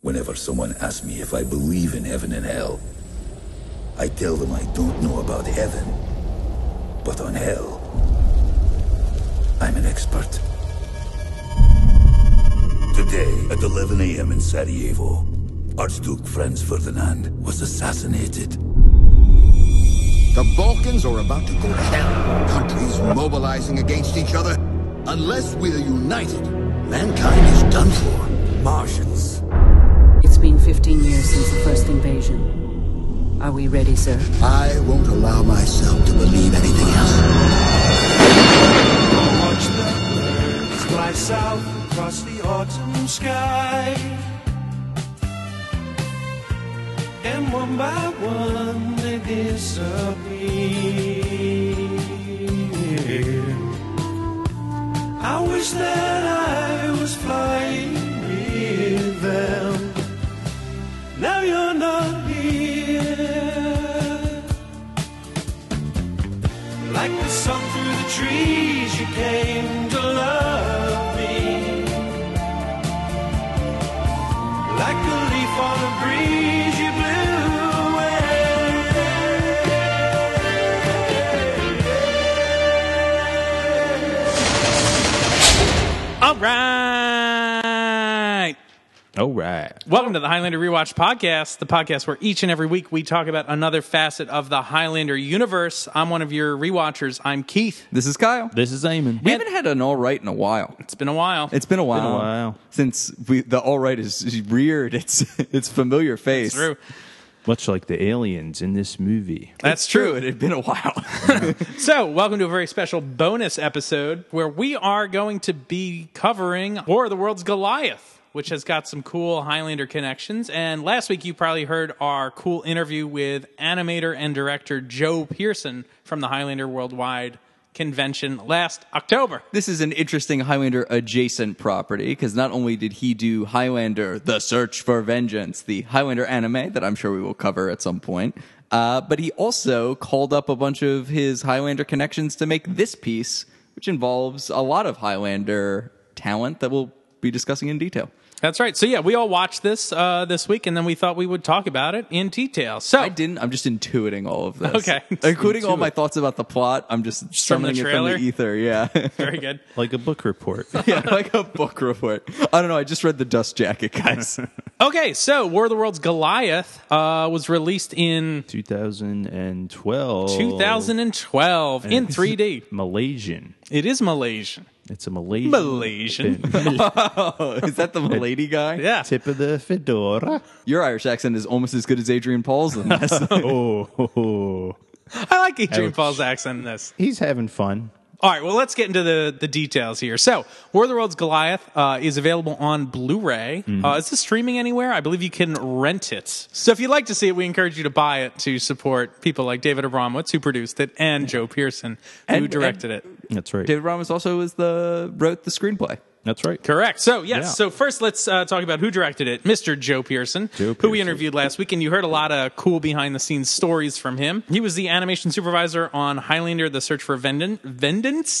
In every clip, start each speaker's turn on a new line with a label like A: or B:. A: Whenever someone asks me if I believe in heaven and hell, I tell them I don't know about heaven, but on hell, I'm an expert. Today, at 11 a.m. in Sarajevo, Archduke Franz Ferdinand was assassinated.
B: The Balkans are about to go down. Countries mobilizing against each other. Unless we're united, mankind is done for. Martians.
C: It's been 15 years since the first invasion. Are we ready, sir?
B: I won't allow myself to believe anything else.
D: Watch the birds fly south across the autumn sky. And one by one they disappear. I wish that I was flying with them. Now you're not here. Like the sun through the trees, you came to love me. Like a leaf on a breeze, you blew away.
E: All right.
F: All right.
E: Welcome to the Highlander Rewatch Podcast, the podcast where each and every week we talk about another facet of the Highlander universe. I'm one of your rewatchers. I'm Keith.
F: This is Kyle.
G: This is Eamon. Um,
F: We haven't had an all right in a while.
E: It's been a while.
F: It's been a while.
G: a while.
F: Since we the all right is reared its its familiar face.
E: It's true.
G: Much like the aliens in this movie.
E: That's true.
F: It had been a while.
E: So, welcome to a very special bonus episode where we are going to be covering War of the Worlds Goliath, which has got some cool Highlander connections. And last week, you probably heard our cool interview with animator and director Joe Pearson from the Highlander Worldwide convention last October.
F: this is an interesting Highlander adjacent property because not only did he do Highlander: The Search for Vengeance, the Highlander anime that I'm sure we will cover at some point, uh, but he also called up a bunch of his Highlander connections to make this piece, which involves a lot of Highlander talent that we'll be discussing in detail.
E: That's right. So, yeah, we all watched this uh, this week, and then we thought we would talk about it in detail. So,
F: I didn't. I'm just intuiting all of this.
E: Okay.
F: Including all my thoughts about the plot. I'm just summoning it from
E: trailer?
F: the ether. Yeah.
E: very good.
G: Like a book report.
F: yeah. Like a book report. I don't know. I just read the dust jacket, guys.
E: Okay, so War of the Worlds Goliath uh, was released in
G: 2012.
E: 2012 in 3D.
G: Malaysian.
E: It is Malaysian.
G: It's a Malaysian.
E: Malaysian.
F: Is that the Milady guy?
E: Yeah.
G: Tip of the fedora.
F: Your Irish accent is almost as good as Adrian Paul's. In this.
G: Oh, ho, ho.
E: I like Adrian
G: Ouch.
E: Paul's accent in this.
G: he's having fun.
E: All right, well, let's get into the, the details here. So, War of the Worlds Goliath uh, is available on Blu ray.
F: Mm-hmm.
E: Uh, is this streaming anywhere? I believe you can rent it. So, if you'd like to see it, we encourage you to buy it to support people like David Abramowitz, who produced it, and Joe Pearson, who
F: And-
E: directed it.
G: That's right.
F: David Ramos also is the wrote the screenplay.
G: That's right.
E: Correct. So, yes.
G: Yeah.
E: So, first, let's uh, talk about who directed it. Mr. Joe Pearson,
G: Joe
E: who we
G: Pearson.
E: interviewed last week, and you heard a lot of cool behind the scenes stories from him. He was the animation supervisor on Highlander The Search for Venden- Vendance? Vengeance.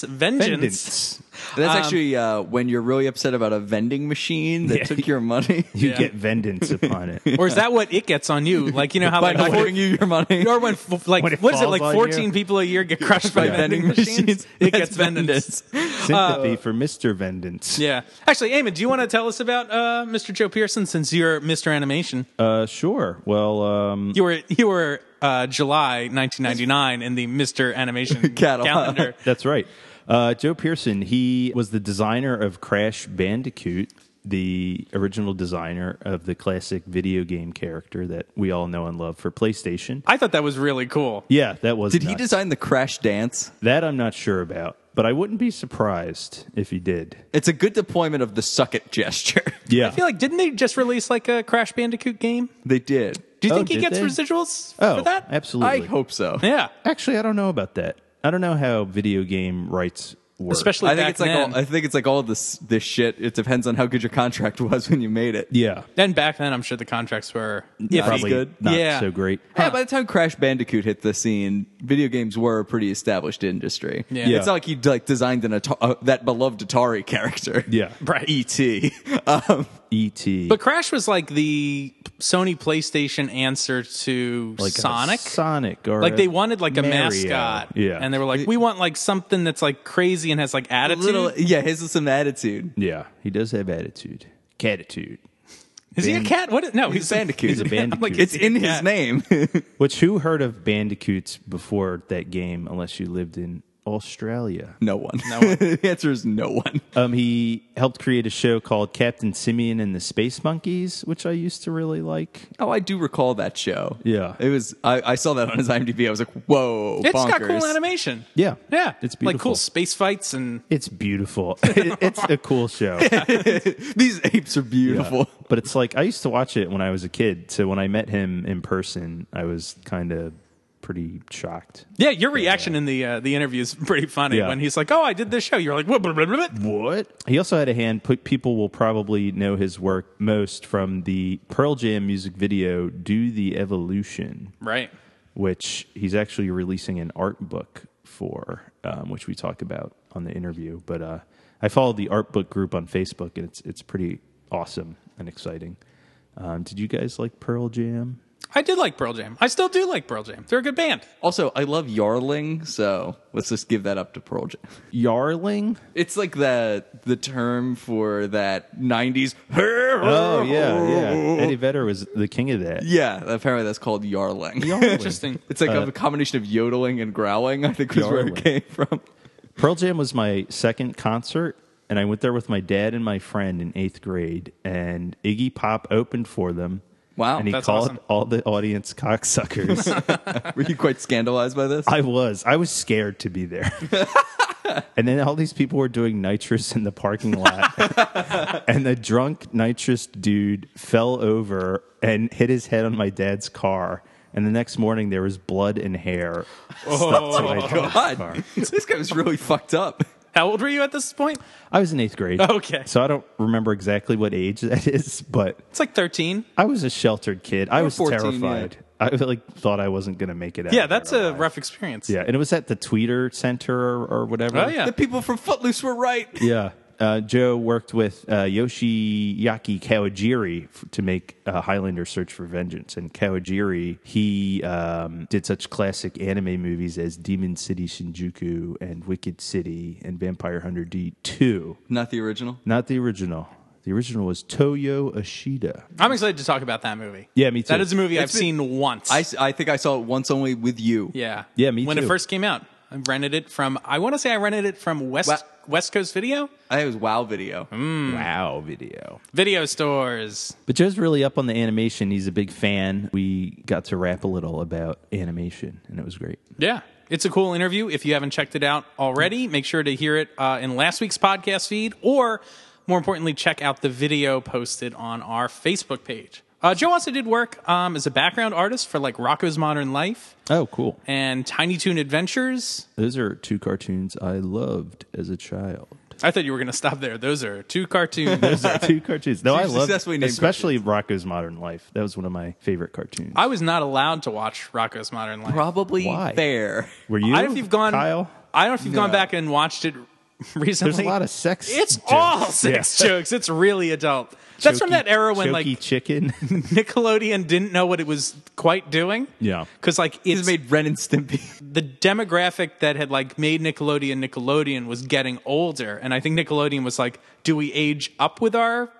E: Um,
G: Vengeance.
F: That's actually uh, when you're really upset about a vending machine that
G: Yeah.
F: took your money,
G: You
E: Yeah. Uh,
G: get vengeance upon it.
E: Or is that what it gets on you? Like, you know how,
F: by
E: like,
F: not
E: four-
F: giving you your money.
E: or when, f- like,
G: When it
E: what is it,
G: falls
E: like
G: on
E: 14
G: you.
E: people a year get crushed by
F: Yeah.
E: vending machines? It
F: That's
E: gets Vendance.
G: Sympathy for Mr. Vengeance.
E: Yeah. Actually, Eamon, do you want to tell us about uh, Mr. Joe Pearson since you're Mr. Animation?
G: Uh, sure. Well, um,
E: You were you were uh, July 1999 in the Mister Animation
F: Catalog.
E: calendar.
G: That's right. Uh, Joe Pearson, he was the designer of Crash Bandicoot, the original designer of the classic video game character that we all know and love for PlayStation.
E: I thought that was really cool.
G: Yeah, that was.
F: Did he
G: nuts.
F: design the crash dance?
G: that? I'm not sure about, but I wouldn't be surprised if he did.
F: It's a good deployment of the suck it gesture.
G: Yeah.
E: I feel like didn't they just release like a Crash Bandicoot game?
F: They did.
E: Do you
G: Oh,
E: think he
G: did
E: gets
G: they?
E: residuals
G: oh,
E: for that?
F: I
G: absolutely.
F: hope so.
E: Yeah,
G: Actually, I don't know about that. I don't know how video game rights work.
E: especially
F: I think
E: back
F: it's like
E: then.
F: all, I think it's like all this this shit. It depends on how good your contract was when you made it.
G: yeah,
E: then back then, I'm sure the contracts were iffy.
G: probably
F: good.
G: not
E: Yeah.
G: so great.
F: Yeah, by the time Crash Bandicoot hit the scene, video games were a pretty established industry.
E: Yeah. Yeah.
F: It's not like he like designed an Atari, uh, that beloved Atari character.
G: Yeah.
E: Right.
F: E.T. Um,
G: E.T.
E: But Crash was like the Sony PlayStation answer to
G: like a
E: Sonic.
G: Sonic, or
E: like
G: a
E: they wanted like a
G: Mario.
E: mascot.
G: Yeah,
E: And they were like, we want like something that's like crazy and has like attitude.
F: Little, yeah, his is some attitude.
G: yeah, he does have attitude, catitude.
E: is he a cat? What? No, he's,
F: He's Bandicoot.
G: He's a Bandicoot.
E: like,
F: It's in his
E: Yeah.
F: name.
G: Which who heard of bandicoots before that game? Unless you lived in Australia.
F: no one. No one. the answer is no one.
G: Um, he helped create a show called Captain Simeon and the Space Monkeys, which I used to really like.
F: Oh, I do recall that show.
G: Yeah.
F: it was. I, I saw that on his IMDb. I was like, "Whoa!"
E: It's got
F: bonkers.
E: cool animation.
G: Yeah,
E: Yeah.
G: it's
E: like
G: beautiful.
E: cool space fights and
G: It's beautiful. It- it's a cool show.
F: These apes are beautiful.
G: But it's like I used to watch it when I was a kid. So when I met him in person, I was kind of pretty shocked.
E: yeah, your reaction in the uh, the interview is pretty funny
G: Yeah.
E: when he's like, "Oh, I did this show." You're like, "What?" blah, blah, blah, blah."
G: What? He also had a hand. Put people will probably know his work most from the Pearl Jam music video "Do the Evolution,"
E: Right.
G: which he's actually releasing an art book for, um, which we talk about on the interview. But uh, I followed the art book group on Facebook, and it's it's pretty awesome and exciting. Um, did you guys like Pearl Jam?
E: I did like Pearl Jam. I still do like Pearl Jam. They're a good band.
F: Also, I love Yarling, so let's just give that up to Pearl Jam.
G: Yarling?
F: It's like the the term for that '90s.
G: Oh yeah, yeah. Eddie Vedder was the king of that.
F: Yeah, apparently that's called Yarling.
E: Interesting.
F: It's like a combination of yodeling and growling. I think was where
G: Yarling.
F: it came from.
G: Pearl Jam was my second concert, and I went there with my dad and my friend in eighth grade. And Iggy Pop opened for them.
F: Wow,
G: And he
E: that's
G: called
E: awesome.
G: all the audience cocksuckers.
F: Were you quite scandalized by this?
G: I was. I was scared to be there. and then all these people were doing nitrous in the parking lot. and the drunk nitrous dude fell over and hit his head on my dad's car. And the next morning there was blood and hair stuck to
E: Oh,
G: my dad's car.
F: God, this guy was really fucked up.
E: How old were you at this point?
G: I was in eighth grade.
E: Okay.
G: So I don't remember exactly what age that is, but
E: It's like 13.
G: I was a sheltered kid. I
F: were
G: was
F: 14,
G: terrified. I like thought I wasn't gonna make it out.
E: Yeah,
G: of there
E: that's a
G: alive.
E: rough experience.
G: Yeah, and it was at the Tweeter Center or, or whatever.
E: Oh yeah.
F: The people from Footloose were right.
G: Yeah. Uh, Joe worked with uh, Yoshiaki Kawajiri f- to make uh, Highlander Search for Vengeance. And Kawajiri, he um, did such classic anime movies as Demon City Shinjuku and Wicked City and Vampire Hunter D 2.
F: Not the original.
G: Not the original. The original was Toyo Ashida.
E: I'm excited to talk about that movie.
G: Yeah, me too.
E: That is a movie I've
F: It's been-
E: seen once.
F: I, I think I saw it once only with you.
E: yeah.
G: Yeah, me
E: when
G: too.
E: it first came out, I rented it from. I want to say I rented it from West
F: Wa-
E: West Coast Video
F: I think it was Wow Video.
G: Wow, video.
E: video stores.
G: Hmm. But Joe's really up on the animation. He's a big fan. We got to rap a little about animation, and it was great.
E: Yeah. It's a cool interview. If you haven't checked it out already, make sure to hear it uh, in last week's podcast feed, or more importantly, check out the video posted on our Facebook page. Uh, Joe also did work um, as a background artist for like Rocco's Modern Life
G: Oh, cool.
E: and Tiny Toon Adventures.
G: Those are two cartoons I loved as a child.
E: I thought you were going to stop there. Those are two cartoons.
G: Those are two cartoons. No, I love
F: Successfully named
G: especially Rocco's Modern Life. That was one of my favorite cartoons.
E: I was not allowed to watch Rocco's Modern Life.
F: Probably
G: Why?
F: fair.
G: Were you?
E: I don't know if you've gone.
G: Kyle.
E: I don't know if you've gone back and watched it recently.
G: There's a lot of sex.
E: It's
G: jokes.
E: all sex
G: Yeah.
E: jokes. It's really adult. That's from
G: Chokey-
E: that era when
G: Chokey
E: like
G: chicken.
E: Nickelodeon didn't know what it was quite doing.
G: Yeah.
E: because like it's
F: It's made Ren and Stimpy.
E: the demographic that had like made Nickelodeon Nickelodeon was getting older, and I think Nickelodeon was like, "Do we age up with our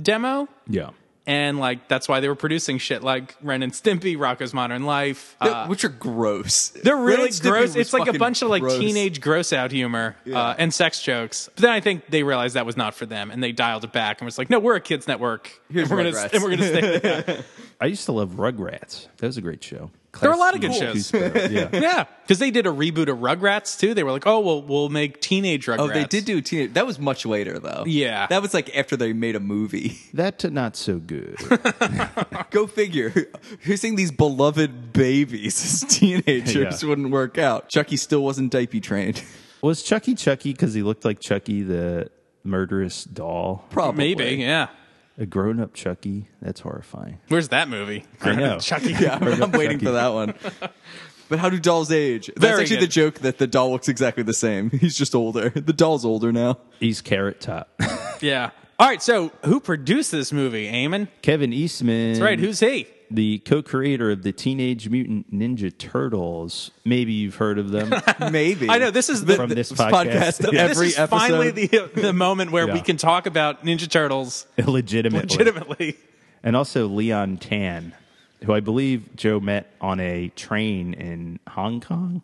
E: demo?"
G: yeah.
E: And like that's why they were producing shit like Ren and Stimpy, Rocco's Modern Life, uh,
F: which are gross.
E: They're
F: Ren
E: really
F: and Stimpy
E: gross.
F: was
E: It's like a
F: fucking
E: bunch of like
F: gross.
E: teenage gross out humor uh, and sex jokes. But then I think they realized that was not for them, and they dialed it back and was like, "No, we're a kids network.
F: Here's
E: and we're gonna
F: Rugrats.
E: and we're gonna stay." with that.
G: I used to love Rugrats. That was a great show.
E: There were a lot of good
G: Cool.
E: shows.
G: Gooseberry. Yeah.
E: yeah, because they did a reboot of Rugrats too. They were like, "Oh, well, we'll make teenage Rugrats."
F: Oh, they did do teenage. That was much later though.
E: Yeah.
F: that was like after they made a movie.
G: that to not so good.
F: Go figure. Who's saying these beloved babies as teenagers
G: Yeah.
F: wouldn't work out? Chucky still wasn't diaper trained.
G: was Chucky Chucky because he looked like Chucky the murderous doll?
F: Probably.
E: maybe. Yeah,
G: A grown-up Chucky. That's horrifying.
E: where's that movie?
G: I know.
E: Chucky.
F: Yeah, I'm, I'm waiting for that one. But how do dolls age? That's
E: Very
F: actually
E: good.
F: the joke that the doll looks exactly the same. He's just older. The doll's older now.
G: He's carrot top.
E: Yeah. All right, so who produced this movie, Eamon?
G: Kevin Eastman.
E: That's right, who's he?
G: the co-creator of the Teenage Mutant Ninja Turtles. Maybe you've heard of them.
F: Maybe
E: I know, this is the-
G: From this podcast.
F: podcast
G: Yeah.
F: every
E: this is
F: episode.
E: finally the, the moment where we
G: Yeah.
E: can talk about Ninja Turtles
G: legitimately.
E: legitimately.
G: And also Leon Tan, who I believe Joe met on a train in Hong Kong.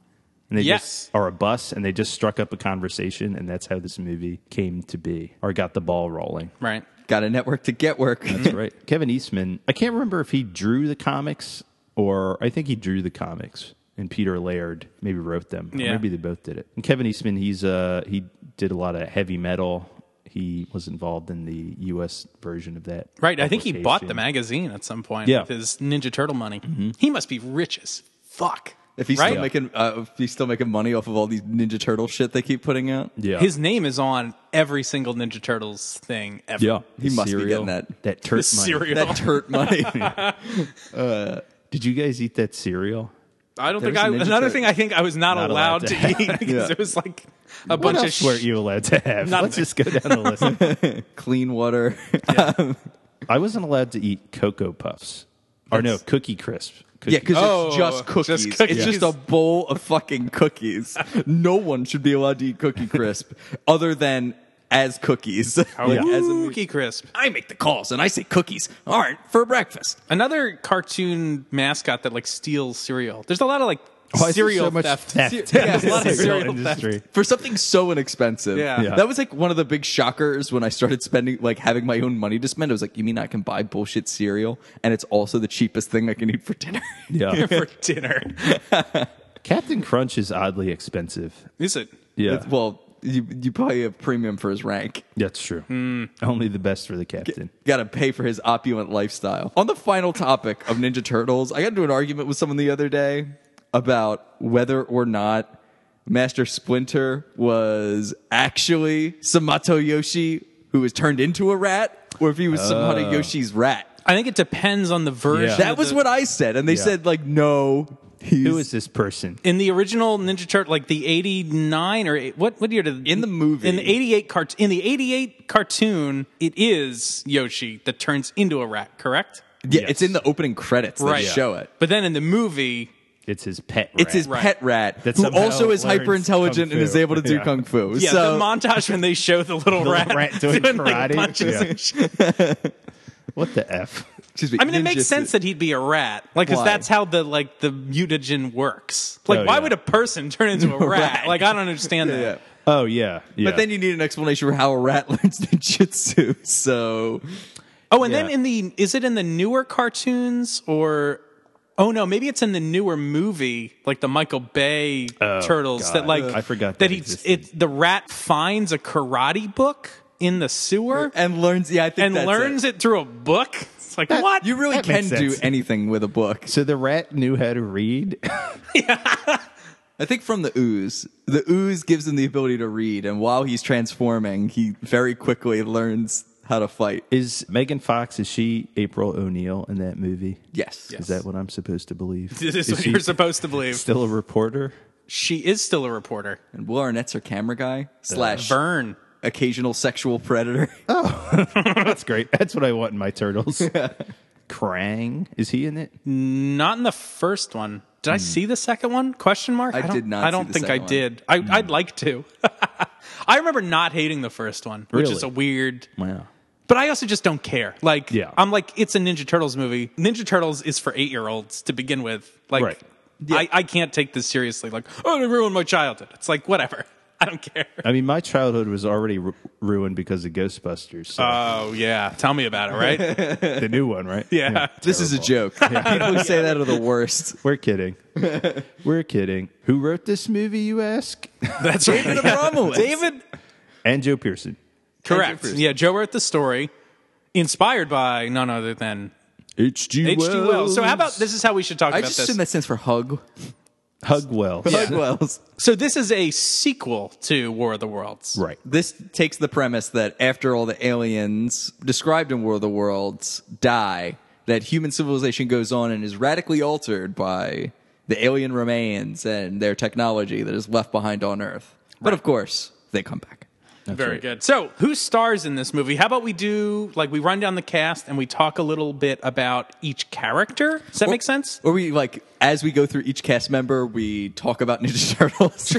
G: And they
E: Yes.
G: just or a bus and they just struck up a conversation and that's how this movie came to be or got the ball rolling.
E: Right.
F: Got a network to get work.
G: That's right. Kevin Eastman, I can't remember if he drew the comics or I think he drew the comics and Peter Laird maybe wrote them. Or
E: Yeah.
G: Maybe they both did it. And Kevin Eastman, he's uh he did a lot of heavy metal. He was involved in the US version of that.
E: Right. I think he bought the
G: publication.
E: magazine at some point
G: Yeah.
E: with his Ninja Turtle money.
F: Mm-hmm.
E: He must be rich as fuck.
F: If he's
E: right?
F: still making, uh, if he's still making money off of all these Ninja Turtle shit they keep putting out,
G: Yeah.
E: His name is on every single Ninja Turtles thing ever.
G: yeah,
F: He
G: The
F: must be getting that-
G: that turd money.
E: cereal.
F: that turt money.
G: Did you guys eat that cereal?
E: I don't
F: There
E: think
F: was
E: I.
F: a Ninja
E: Another
F: Turtle.
E: thing I think I was not,
G: Not
E: allowed,
G: allowed
E: to,
G: to
E: eat because
F: Yeah.
E: it was like a bunch of
G: were
E: sh-
G: you allowed to have?
E: Nothing.
G: Let's just go down the list.
F: Clean water.
G: I wasn't allowed to eat Cocoa Puffs. Or no, Cookie Crisp. Cookie
F: Yeah, because
E: Oh,
F: it's just
E: just
F: cookies.
E: cookies.
F: It's just a bowl of fucking cookies. no one should be allowed to eat Cookie Crisp other than as cookies.
E: Oh,
F: like, as a,
E: Cookie Crisp.
F: I make the calls and I say cookies aren't for breakfast.
E: Another cartoon mascot that like steals cereal. There's a lot of like
G: Why is there
E: cereal
G: so much
E: theft.
G: theft
F: Yeah,
G: in
F: there's a lot of
G: the cereal
E: cereal theft.
G: industry.
F: For something so inexpensive.
E: Yeah. Yeah.
F: That was like one of the big shockers when I started spending, like having my own money to spend. I was like, you mean I can buy bullshit cereal and it's also the cheapest thing I can eat for dinner?
G: Yeah.
E: for dinner.
G: Captain Crunch is oddly expensive.
E: Is it?
G: Yeah.
F: It's- well, you, you probably have premium for his rank.
G: That's true.
F: hmm.
G: Only the best for the captain.
F: Got to pay for his opulent lifestyle. On the final topic of Ninja Turtles, I got into an argument with someone the other day about whether or not Master Splinter was actually Samato Yoshi, who was turned into a rat, or if he was Samato Yoshi's rat.
E: I think it depends on the version.
G: Yeah.
F: That
E: of
F: was
E: Oh. the-
F: what I said, and they
G: Yeah.
F: said like, no, he's
G: Who is this person?
E: in the original Ninja Turtle, like the '89 or eight, what what year did
F: In the movie.
E: in the '88 cart in the '88 cartoon it is Yoshi that turns into a rat, correct?
F: yeah,
G: Yes.
F: it's in the opening credits. They
E: Right.
F: show it.
E: But then in the movie,
G: It's his pet.
F: It's his
E: Right.
F: pet rat,
G: That
F: who
G: somehow
F: also is
G: learns
F: hyper intelligent
G: kung
F: and is
G: fu.
F: able to do
G: Yeah.
F: kung fu.
E: yeah,
F: so
E: the montage when they show the little rat,
G: rat doing
E: like,
G: karate.
E: punches
G: Yeah.
E: and shit.
G: what the f?
F: excuse me,
E: I mean, it
F: ninja
E: makes sense that he'd be a rat, like because
F: Why?
E: that's how the like the mutagen works. Like,
G: Oh,
E: why
G: yeah.
E: would a person turn into a rat?
F: Right.
E: Like, I don't understand that.
F: Yeah.
G: Oh yeah. yeah.
F: But then you need an explanation for how a rat learns ninjutsu. So
E: Oh, and
G: Yeah.
E: then in the is it in the newer cartoons or oh no, maybe it's in the newer movie, like the Michael Bay Turtles
G: Oh, God.
E: that like
G: I forgot
E: that,
G: that
E: he's
G: existed.
E: it the rat finds a karate book in the sewer
F: and learns. Yeah, I think
E: and
F: that's
E: learns
F: it.
E: it. through a book. It's like what
F: You really
G: That
F: can
G: makes
F: do
G: sense.
F: anything with a book.
G: so the rat knew how to read.
F: I think from the ooze, the ooze gives him the ability to read, and while he's transforming, he very quickly learns how to fight.
G: is Megan Fox? Is she April O'Neil in that movie?
F: Yes.
G: Is that what I'm supposed to believe?
E: this is, what
G: she
E: you're supposed to believe.
G: still a reporter?
E: she is still a reporter.
F: And Will Arnett's our camera guy slash
E: Vern.
F: occasional sexual predator.
G: That's great. That's what I want in my turtles. Krang is he in it?
E: Not in the first one. Did
G: Hmm.
E: I see the second one? Question mark.
F: I
E: don't-
F: did not
E: I
F: see
E: don't
F: the
E: think I
F: second one.
E: did. I,
G: Hmm.
E: I'd like to. I remember not hating the first one, which
G: Really?
E: is a weird.
G: Wow.
E: But I also just don't care. Like,
G: Yeah.
E: I'm like, it's a Ninja Turtles movie. Ninja Turtles is for eight year olds to begin with. Like,
G: Right.
E: I, I can't take this seriously. Like, oh, they ruined my childhood. It's like, whatever. I don't care.
G: I mean, my childhood was already ru- ruined because of Ghostbusters. So
E: Oh, yeah. Tell me about it, right?
G: the new one, right?
E: Yeah.
F: This is a joke. People who say that are the worst.
G: We're kidding. We're kidding. Who wrote this movie, you ask?
E: That's right.
F: David Abramowitz.
E: David.
G: And Joe Pearson.
E: Correct.
F: Bruce.
E: Yeah, Joe wrote the story inspired by none other than
G: H.G.
E: H.G. Wells. So how about this is how we should talk
F: I
E: about
F: just
E: this.
F: assume that stands for hug.
G: Hug Wells.
F: Hug Wells.
E: so this is a sequel to War of the Worlds.
G: Right.
F: this takes the premise that after all the aliens described in War of the Worlds die, that human civilization goes on and is radically altered by the alien remains and their technology that is left behind on Earth. But of course, they come back.
E: Very good. So, who stars in this movie? How about we do like we run down the cast and we talk a little bit about each character? Does that make sense?
F: Or we like as we go through each cast member, we talk about Ninja Turtles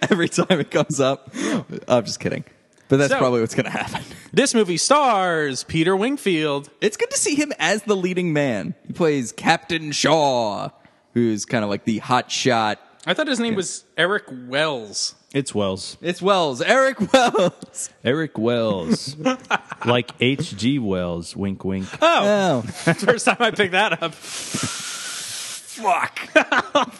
F: every time it comes up. I'm just kidding, but that's
E: So-
F: probably what's going to happen.
E: This movie stars Peter Wingfield.
F: It's good to see him as the leading man. He plays Captain Shaw, who's kind of like the hot shot.
E: I thought his name was Eric Wells.
G: It's Wells.
F: It's Wells, Eric Wells.
G: Eric Wells. like H.G. Wells. Wink, wink.
F: Oh,
E: First time I picked that up.
F: fuck,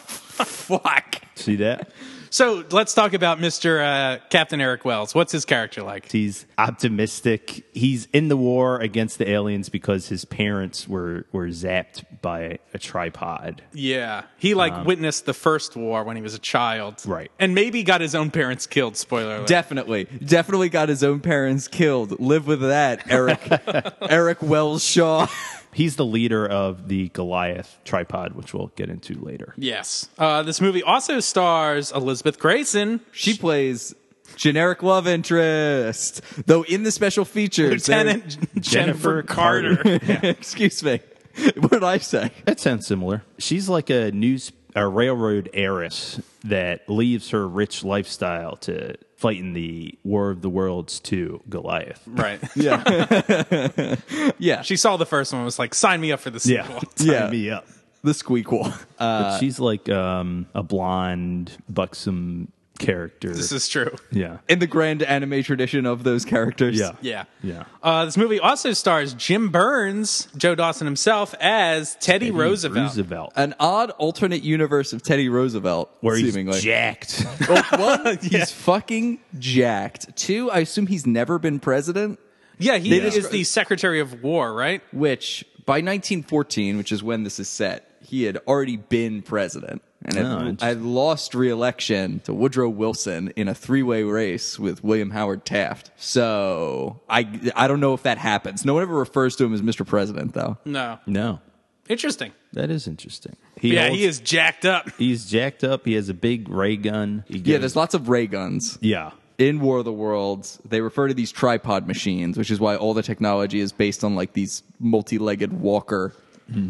F: fuck.
G: See that?
E: So let's talk about Mr. Uh, Captain Eric Wells. What's his character like?
G: He's optimistic. He's in the war against the aliens because his parents were, were zapped by a tripod.
E: Yeah, he like witnessed the first war when he was a child,
G: Right.
E: And maybe got his own parents killed. Spoiler alert.
F: Definitely, definitely got his own parents killed. Live with that, Eric. Eric Wells Shaw.
G: He's the leader of the Goliath tripod, which we'll get into later.
E: yes. Uh, this movie also stars Elizabeth Grayson,
F: She plays generic love interest, though in the special features, there-
E: Lieutenant Jennifer,
G: Jennifer
E: Carter.
F: excuse me. What did I say?
G: That sounds similar. She's like a news, a railroad heiress that leaves her rich lifestyle to fight in the War of the Worlds 2 Goliath.
E: right.
F: Yeah,
E: She saw the first one and was like, sign me up for the sequel.
G: Sign
F: Yeah.
G: me up.
F: the squeakquel.
G: But she's like um, a blonde, buxom character.
E: This is true.
G: yeah.
F: in the grand anime tradition of those characters.
G: Yeah.
E: Yeah.
G: Yeah.
E: Uh, this movie also stars Jim Burns, Joe Dawson himself, as Teddy, Roosevelt. Uh,
G: Roosevelt.
F: An odd alternate universe of Teddy Roosevelt,
G: where he's
F: seemingly.
G: jacked.
F: Well, one, he's fucking jacked. Two, I assume he's never been president,
E: Yeah, he is the Secretary of War, right?
F: which by 1914, which is when this is set, he had already been president. And had-
G: Oh, interesting.
F: had lost re-election to Woodrow Wilson in a three-way race with William Howard Taft. So I, I don't know if that happens. No one ever refers to him as Mr. President, though.
E: No.
G: no.
E: Interesting.
G: That is interesting.
E: yeah,
G: holds-
E: he is jacked up.
G: He's jacked up. He has a big ray gun. He
F: Yeah,
G: gives-
F: there's lots of ray guns.
G: yeah.
F: in War of the Worlds, they refer to these tripod machines, which is why all the technology is based on like these multi-legged walker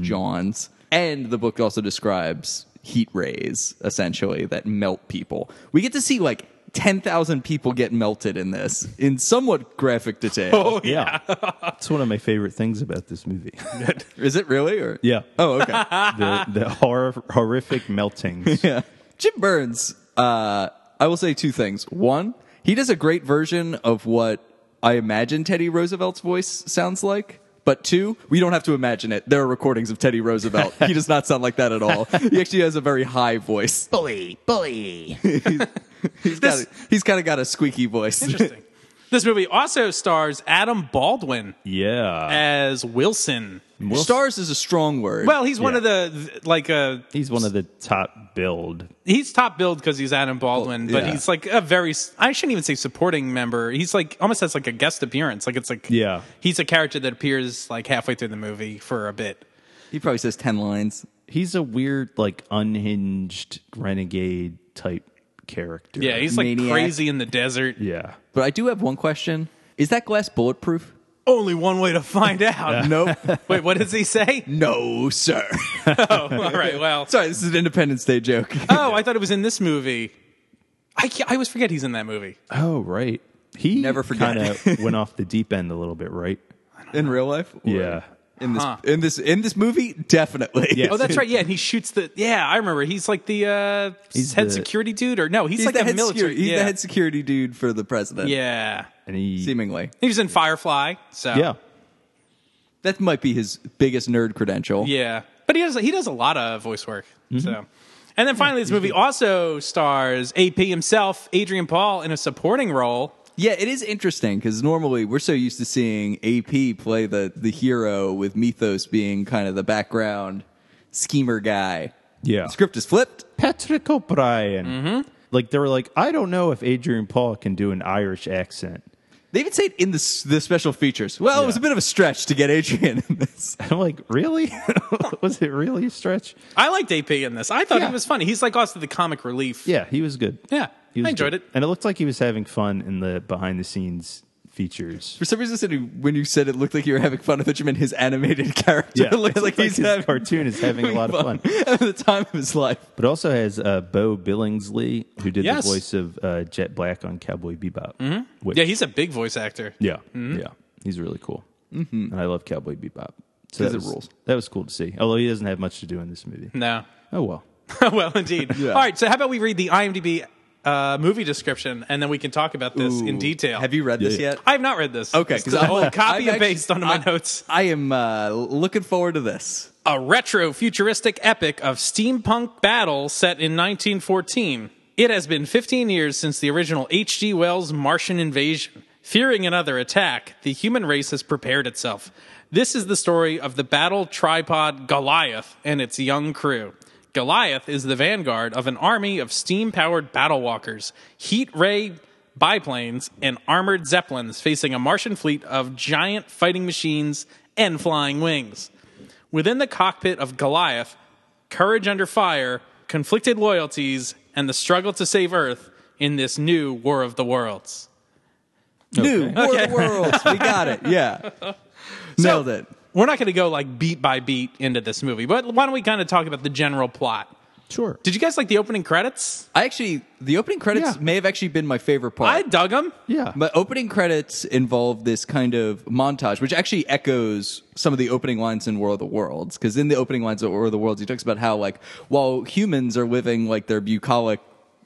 F: Johns. And the book also describes heat rays, essentially, that melt people. We get to see like ten thousand people get melted in this in somewhat graphic detail.
E: Oh,
G: Yeah. That's one of my favorite things about this movie.
F: Is it really? Or
G: Yeah.
F: Oh, okay.
G: the the hor- horrific meltings.
F: yeah. Jim Burns, uh, I will say two things. One, he does a great version of what I imagine Teddy Roosevelt's voice sounds like. But two, we don't have to imagine it. There are recordings of Teddy Roosevelt. he does not sound like that at all. He actually has a very high voice.
B: Bully, bully.
F: He's got a- he's kind of got a squeaky voice.
E: Interesting. this movie also stars Adam Baldwin
G: Yeah.
E: as Wilson.
F: Stars is a strong word.
E: Well, he's one
G: Yeah.
E: of the th- like uh
G: He's one of the top build.
E: he's top billed because he's Adam Baldwin, but
F: yeah.
E: he's like a very s- I shouldn't even say supporting member. He's like almost has like a guest appearance. Like it's like
G: Yeah.
E: he's a character that appears like halfway through the movie for a bit.
F: he probably says ten lines.
G: He's a weird, like unhinged renegade type character.
E: Yeah, he's like
F: Maniac.
E: crazy in the desert.
G: yeah.
F: But I do have one question: Is that glass bulletproof?
E: Only one way to find out.
F: No,
E: Wait, what does he say?
F: no, sir.
E: Oh, all right. Well,
F: Sorry, this is an Independence Day joke.
E: oh, I thought it was in this movie. I ca- I always forget he's in that movie.
G: Oh right. He
F: Never forget.
G: Kind of went off the deep end a little bit, right?
F: in real life? Or
G: Yeah.
F: In this
E: Huh.
F: in this in this movie, definitely.
G: Yeah.
E: Oh, that's right. Yeah, and he shoots the. Yeah, I remember. He's like the uh,
G: He's
E: head
G: the-
E: security dude, or no, he's,
F: He's
E: like
F: the
E: a
F: head
E: military.
F: security. He's
E: yeah.
F: the head security dude for the president.
E: yeah,
G: And he
F: Seemingly.
E: he was in Firefly. So
G: Yeah.
F: That might be his biggest nerd credential.
E: yeah. But he does he does a lot of voice work.
G: Mm-hmm.
E: So, and then finally, this movie also stars AP himself, Adrian Paul, in a supporting role.
F: Yeah, it is interesting because normally we're so used to seeing AP play the the hero with Mythos being kind of the background schemer guy.
G: Yeah.
F: Script is flipped.
G: Patrick O'Brien.
F: Mm-hmm.
G: Like they were like, I don't know if Adrian Paul can do an Irish accent.
F: They even say it in the s- the special features. Well, it was
G: Yeah.
F: a bit of a stretch to get Adrian in this.
G: I'm like, really? Was it really a stretch?
E: I liked AP in this. I thought
F: Yeah.
E: he was funny. He's like also the comic relief.
G: Yeah, he was good.
E: Yeah.
G: He was
E: I enjoyed
G: good.
E: it.
G: and it looked like he was having fun in the behind the scenes features.
F: For some reason, said- when you said it looked like you were having fun, I thought you meant his animated character.
G: Yeah,
F: it looks
G: it
F: like
G: looked
F: he's
G: like his
F: having,
G: cartoon is having a lot of fun.
F: at the time of his life.
G: But also has uh, Bo Billingsley, who did
E: Yes.
G: the voice of uh, Jet Black on Cowboy Bebop. Which-
E: Yeah, he's a big voice actor.
G: yeah, yeah, he's really cool, mm-hmm. and I love Cowboy Bebop. So that
F: 'Cause it
G: was-
F: rules.
G: That was cool to see. Although he doesn't have much to do in this movie.
E: No.
G: Oh well.
E: well, indeed. All right, so how about we read the IMDb uh, movie description and then we can talk about this in
F: Ooh.
E: detail.
F: Have you read this
G: Yeah.
F: yet?
E: I have not read this.
F: Okay,
E: because I will copy
F: I've
E: and paste
F: actually-
E: onto my
F: I-
E: notes.
F: I am uh, looking forward to this.
E: A retro futuristic epic of steampunk battle set in 1914. It has been 15 years since the original H.G. Wells Martian invasion. Fearing another attack, the human race has prepared itself. This is the story of the battle tripod Goliath and its young crew. Goliath is the vanguard of an army of steam powered battle walkers, heat ray biplanes, and armored zeppelins facing a Martian fleet of giant fighting machines and flying wings. Within the cockpit of Goliath, courage under fire, conflicted loyalties, and the struggle to save Earth in this new War of the Worlds.
F: New War of the Worlds. We got it. Yeah. Nailed it.
E: We're not going to go like beat by beat into this movie, but why don't we kind of talk about the general plot?
G: Sure.
E: Did you guys like the opening credits?
F: I actually, the opening credits
G: Yeah.
F: may have actually been my favorite part.
E: I dug them.
G: yeah.
F: My opening credits involve this kind of montage, which actually echoes some of the opening lines in War of the Worlds. Because in the opening lines of War of the Worlds, he talks about how, like, while humans are living like their bucolic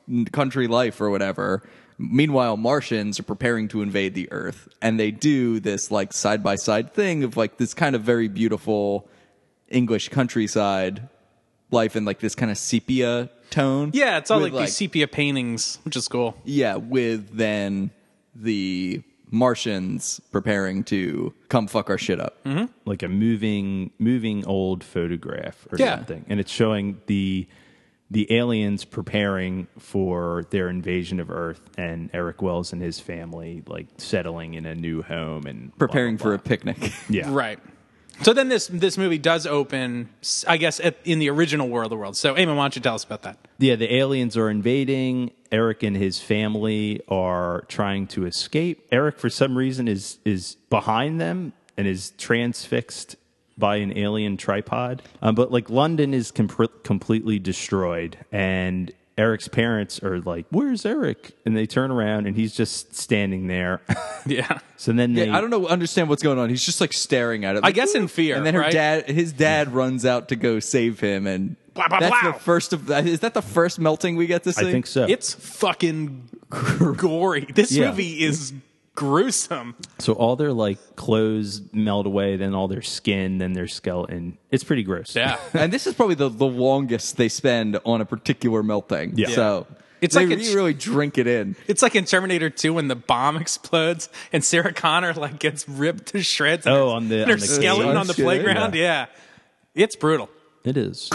F: n- country life or whatever, meanwhile Martians are preparing to invade the Earth, and they do this like side by side thing of like this kind of very beautiful English countryside life in like this kind of sepia tone.
E: Yeah, it's all
F: with,
E: like, these sepia paintings, which is cool.
F: yeah, with then the Martians preparing to come fuck our shit up.
E: Mm-hmm.
G: like a moving moving old photograph or
E: Yeah.
G: something and it's showing the the aliens preparing for their invasion of earth and eric wells and his family like settling in a new home and blah,
F: Preparing
G: blah,
F: for a picnic.
G: blah. yeah
E: Right. So then this this movie does open, s- I guess, at, in the original War of the Worlds. So, Eamon, why don't you tell us about that?
G: yeah the aliens are invading eric and his family are trying to escape eric for some reason is is behind them and is transfixed by an alien tripod um, but like london is com- completely destroyed and eric's parents are like where's eric and they turn around and he's just standing there
E: Yeah.
G: so then they
F: Yeah, I don't know, understand what's going on. He's just like staring at it. like,
E: guess in
F: "Ooh."
E: fear,
F: And then her
E: right?
F: dad, his dad runs out to go save him, and
E: Blah, blah,
F: that's
E: blah.
F: the first of. Is that the first melting we get to see?
G: I think so
E: It's fucking gory. This
G: Yeah.
E: movie is gruesome.
G: so all their like clothes melt away then all their skin then their skeleton it's pretty gross
F: And this is probably the, the longest they spend on a particular melting.
G: Yeah.
F: So
E: It's
F: it's they
E: like
F: re-
E: it's-
F: really drink it in.
E: It's like in Terminator 2 when the bomb explodes and Sarah Connor like gets ripped to shreds. and
G: Oh,
E: her-
G: on the-
E: and
G: on
E: her
G: the
E: skeleton
F: cage.
E: on the
F: Yeah.
E: playground. Yeah. It's brutal.
G: it is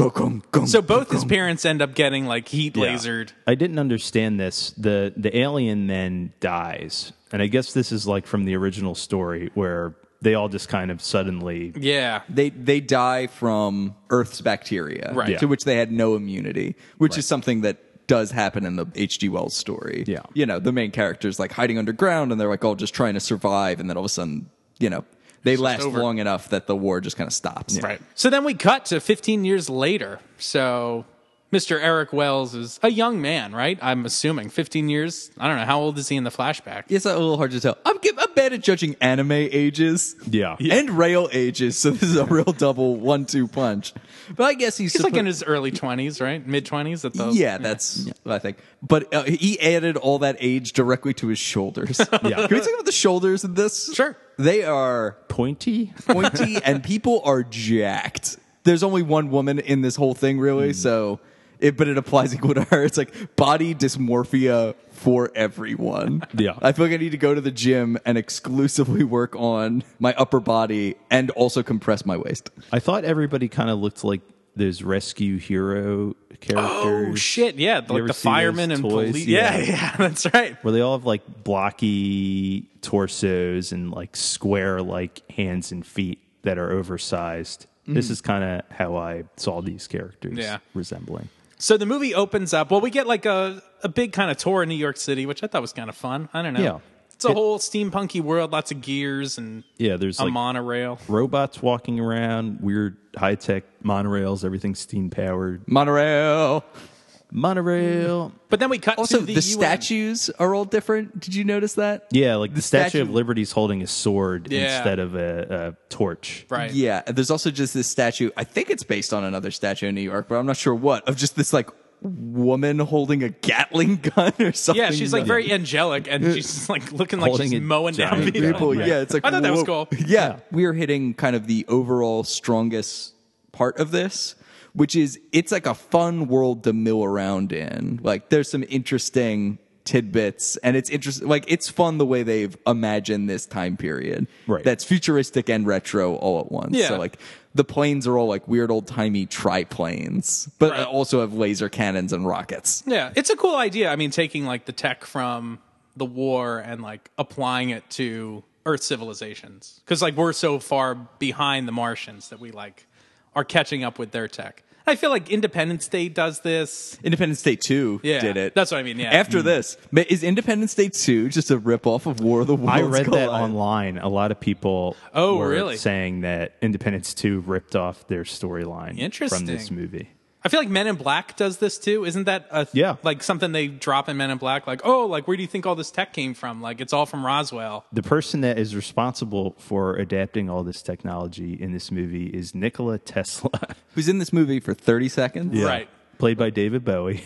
E: So both his parents end up getting like heat lasered.
G: I didn't understand this. The the alien then dies. And I guess this is like from the original story where they all just kind of suddenly
E: Yeah.
F: they they die from Earth's bacteria,
E: Right. Yeah.
F: To which they had no immunity, which is something that does happen in the H.G. Wells story.
G: Yeah.
F: you know, the main characters like hiding underground, and they're like all just trying to survive, and then all of a sudden, you know, they last
E: over.
F: long enough that the war just kind of stops.
E: Right. So then we cut to 15 years later. So Mr. Eric Wells is a young man, right? I'm assuming 15 years. I don't know how old is he in the flashback.
F: It's a little hard to tell. I'm, gi- I'm bad at judging anime ages.
G: Yeah.
F: And rail ages, so this is a real double one two punch. But I guess he's,
E: He's like
F: suppo-
E: in his early 20s, right? Mid 20s at the
F: Yeah, that's I think. But uh, he added all that age directly to his shoulders. yeah. Can we talk about the shoulders in this?
E: Sure.
F: They are
G: pointy.
F: pointy and people are jacked. There's only one woman in this whole thing really, so it but it applies equal to her. It's like body dysmorphia for everyone.
G: Yeah.
F: I feel like I need to go to the gym and exclusively work on my upper body and also compress my waist.
G: I thought everybody kind of looked like those rescue hero characters.
E: Oh shit! Yeah, like
G: ever
E: the
G: see
E: firemen
G: those
E: and
G: toys?
E: police. Yeah.
G: Yeah.
E: yeah, that's right.
G: Where they all have like blocky torsos and like square like hands and feet that are oversized. This is kind of how I saw these characters
E: Mm-hmm. Yeah.
G: resembling.
E: So the movie opens up. Well, we get like a, a big kind of tour in New York City, which I thought was kind of fun. I don't know.
G: Yeah.
E: It's a whole steampunky world, lots of gears and
G: Yeah, there's
E: a
G: like
E: monorail.
G: robots walking around, weird high tech monorails, everything's steam powered.
F: Monorail.
G: Monorail.
E: But then we cut
F: Also,
E: to
F: the,
E: the, UN.
F: statues are all different. Did you notice that?
G: Yeah, like the, Statue, of
F: statue-
G: Liberty's holding a sword
E: Yeah.
G: instead of a, a torch.
E: Right.
F: Yeah, there's also just this statue. I think it's based on another statue in New York, but I'm not sure what. Of just this like woman holding a Gatling gun or something.
E: Yeah, she's like very angelic, and she's just, like looking like
G: Holding
E: she's
G: a
E: mowing down
G: giant
E: people.
G: gun.
F: people.
G: Yeah.
F: Yeah, it's like
E: I thought that was
F: whoa.
E: cool.
F: Yeah, we are hitting kind of the overall strongest part of this, which is it's like a fun world to mill around in. Like there's some interesting tidbits, and it's interesting. Like it's fun the way they've imagined this time period.
G: Right.
F: That's futuristic and retro all at once.
E: Yeah.
F: So like. The planes are all like weird old timey triplanes, but
E: Right.
F: also have laser cannons and rockets.
E: Yeah, it's a cool idea. I mean, taking like the tech from the war and like applying it to Earth civilizations because like we're so far behind the Martians that we like are catching up with their tech. I feel like Independence Day does this.
F: Independence Day 2
E: Yeah,
F: did it.
E: that's what I mean, yeah. Hmm.
F: After this, ma- is Independence Day 2 just a ripoff of War of the Worlds?
G: I read that
F: Collide?
G: online. A lot of people
E: Oh,
G: were
E: really?
G: saying that Independence 2 ripped off their storyline from this
E: Interesting.
G: movie.
E: I feel like Men in Black does this too. Isn't that a th-
G: Yeah.
E: like something they drop in Men in Black? Like, oh, like where do you think all this tech came from? Like, it's all from Roswell.
G: The person that is responsible for adapting all this technology in this movie is Nikola Tesla,
F: Who's in this movie for 30 seconds?
E: Right.
G: played by David Bowie.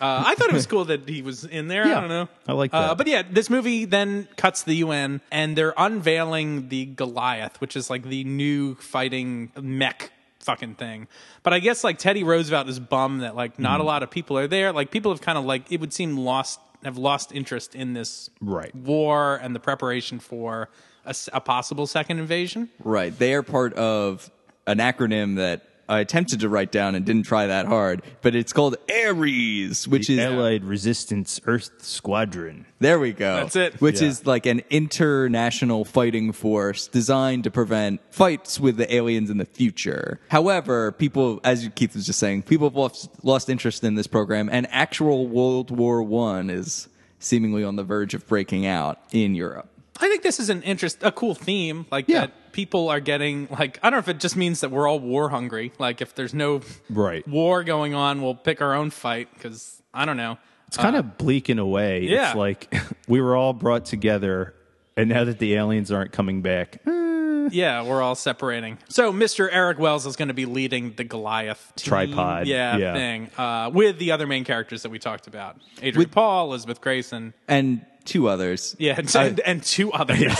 E: Uh, I thought it was cool that he was in there. I
G: Yeah,
E: don't know.
G: I like
E: Uh,
G: that.
E: but yeah, this movie then cuts to the UN and they're unveiling the Goliath, which is like the new fighting mech fucking thing. But I guess like Teddy Roosevelt is bummed that like
G: Mm-hmm.
E: not a lot of people are there. Like people have kind of like it would seem lost have lost interest in this
G: Right.
E: war and the preparation for a, s- a possible second invasion.
F: Right. They are part of an acronym that I attempted to write down and didn't try that hard, but it's called ARES, which
G: The
F: is
G: Allied Resistance Earth Squadron.
F: there we go.
E: That's it.
F: Which
G: Yeah.
F: is like an international fighting force designed to prevent fights with the aliens in the future. However, people, as Keith was just saying, people have lost, lost interest in this program, and actual World War One is seemingly on the verge of breaking out in Europe.
E: I think this is an interest, a cool theme, like
G: Yeah.
E: that people are getting. Like I don't know if it just means that we're all war hungry. Like if there's no
G: Right.
E: war going on, we'll pick our own fight because I don't know.
G: It's kind of bleak in a way.
E: Uh, yeah.
G: It's like we were all brought together, and now that the aliens aren't coming back,
E: Yeah, we're all separating. So Mr. Eric Wells is going to be leading the Goliath team,
G: Tripod,
E: yeah,
G: yeah.
E: thing, uh, with the other main characters that we talked about: Adrian Paul, Elizabeth Grayson,
F: And two others.
E: yeah, and, and, and two others.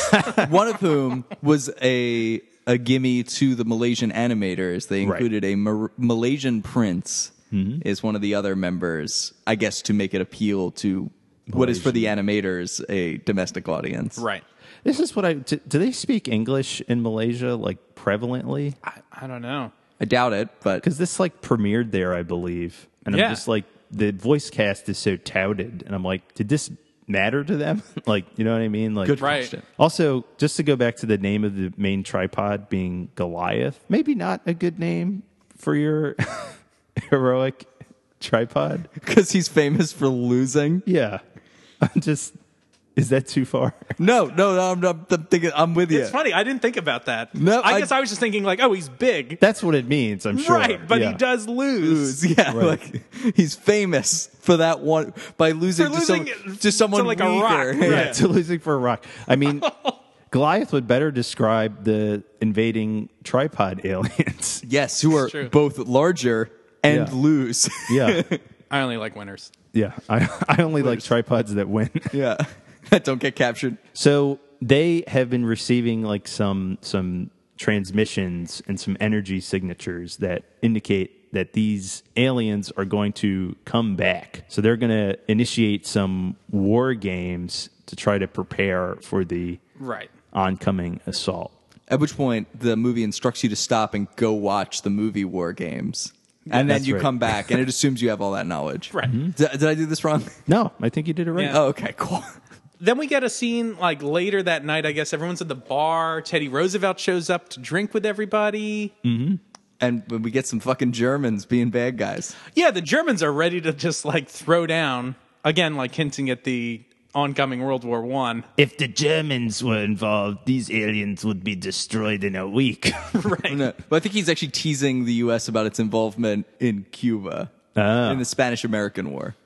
F: one of whom was a a gimme to the Malaysian animators. They
G: Right.
F: included a Mar- Malaysian prince
E: Mm-hmm.
F: is one of the other members, I guess, to make it appeal to what is for the animators a domestic audience.
E: right.
G: this is what I. Do, do they speak English in Malaysia like prevalently?
E: I, I don't know.
F: I doubt it, but
G: Because this like premiered there, I believe, and
E: Yeah.
G: I'm just like the voice cast is so touted, and I'm like, did this matter to them? like, you know what I mean? Like,
F: good
E: Right.
F: question.
G: Also, just to go back to the name of the main tripod being Goliath, maybe not a good name for your heroic tripod.
F: Because he's famous for losing.
G: Yeah. I'm just, is that too far?
F: No, no, no I'm, I'm, I'm thinking. I'm with you.
E: It's funny. I didn't think about that.
F: No,
E: I,
F: I-
E: guess I was just thinking like, oh, he's big.
G: That's what it means, I'm sure.
E: Right, but
G: Yeah.
E: he does lose.
F: lose. Yeah, like he's famous for that one by losing,
E: For
F: to,
E: losing
F: some,
E: to
F: to someone
E: like a
F: weaker.
E: rock.
F: Yeah.
G: Yeah, to losing for a rock. I mean, Goliath would better describe the invading tripod aliens.
F: Yes, who are
E: true.
F: both larger and
G: Yeah.
F: loose.
G: Yeah.
E: I only like winners.
G: Yeah. I, I only like tripods that win.
F: yeah. That don't get captured.
G: So they have been receiving like some some transmissions and some energy signatures that indicate that these aliens are going to come back. So they're going to initiate some war games to try to prepare for the
E: Right.
G: oncoming assault.
F: At which point the movie instructs you to stop and go watch the movie War Games. And then
G: That's
F: you
G: right.
F: come back and it assumes you have all that knowledge.
E: Right. Mhm.
F: Did, did I do this wrong?
G: No, I think you did it Mm-hmm. right.
E: Yeah.
F: Oh, okay, cool.
E: Then we get a scene like later that
G: Mm.
E: night. I guess everyone's at the bar. Teddy Roosevelt shows up to drink with everybody.
F: and when we get some fucking Germans being bad guys.
E: Yeah, the Germans are ready to just like throw down again, like hinting at the oncoming World War One.
G: If the Germans were involved, these aliens would be destroyed in a week.
E: Right.
F: No, but I think he's actually teasing the U.S. about its involvement in Cuba
G: Ah.
F: in the Spanish-American War,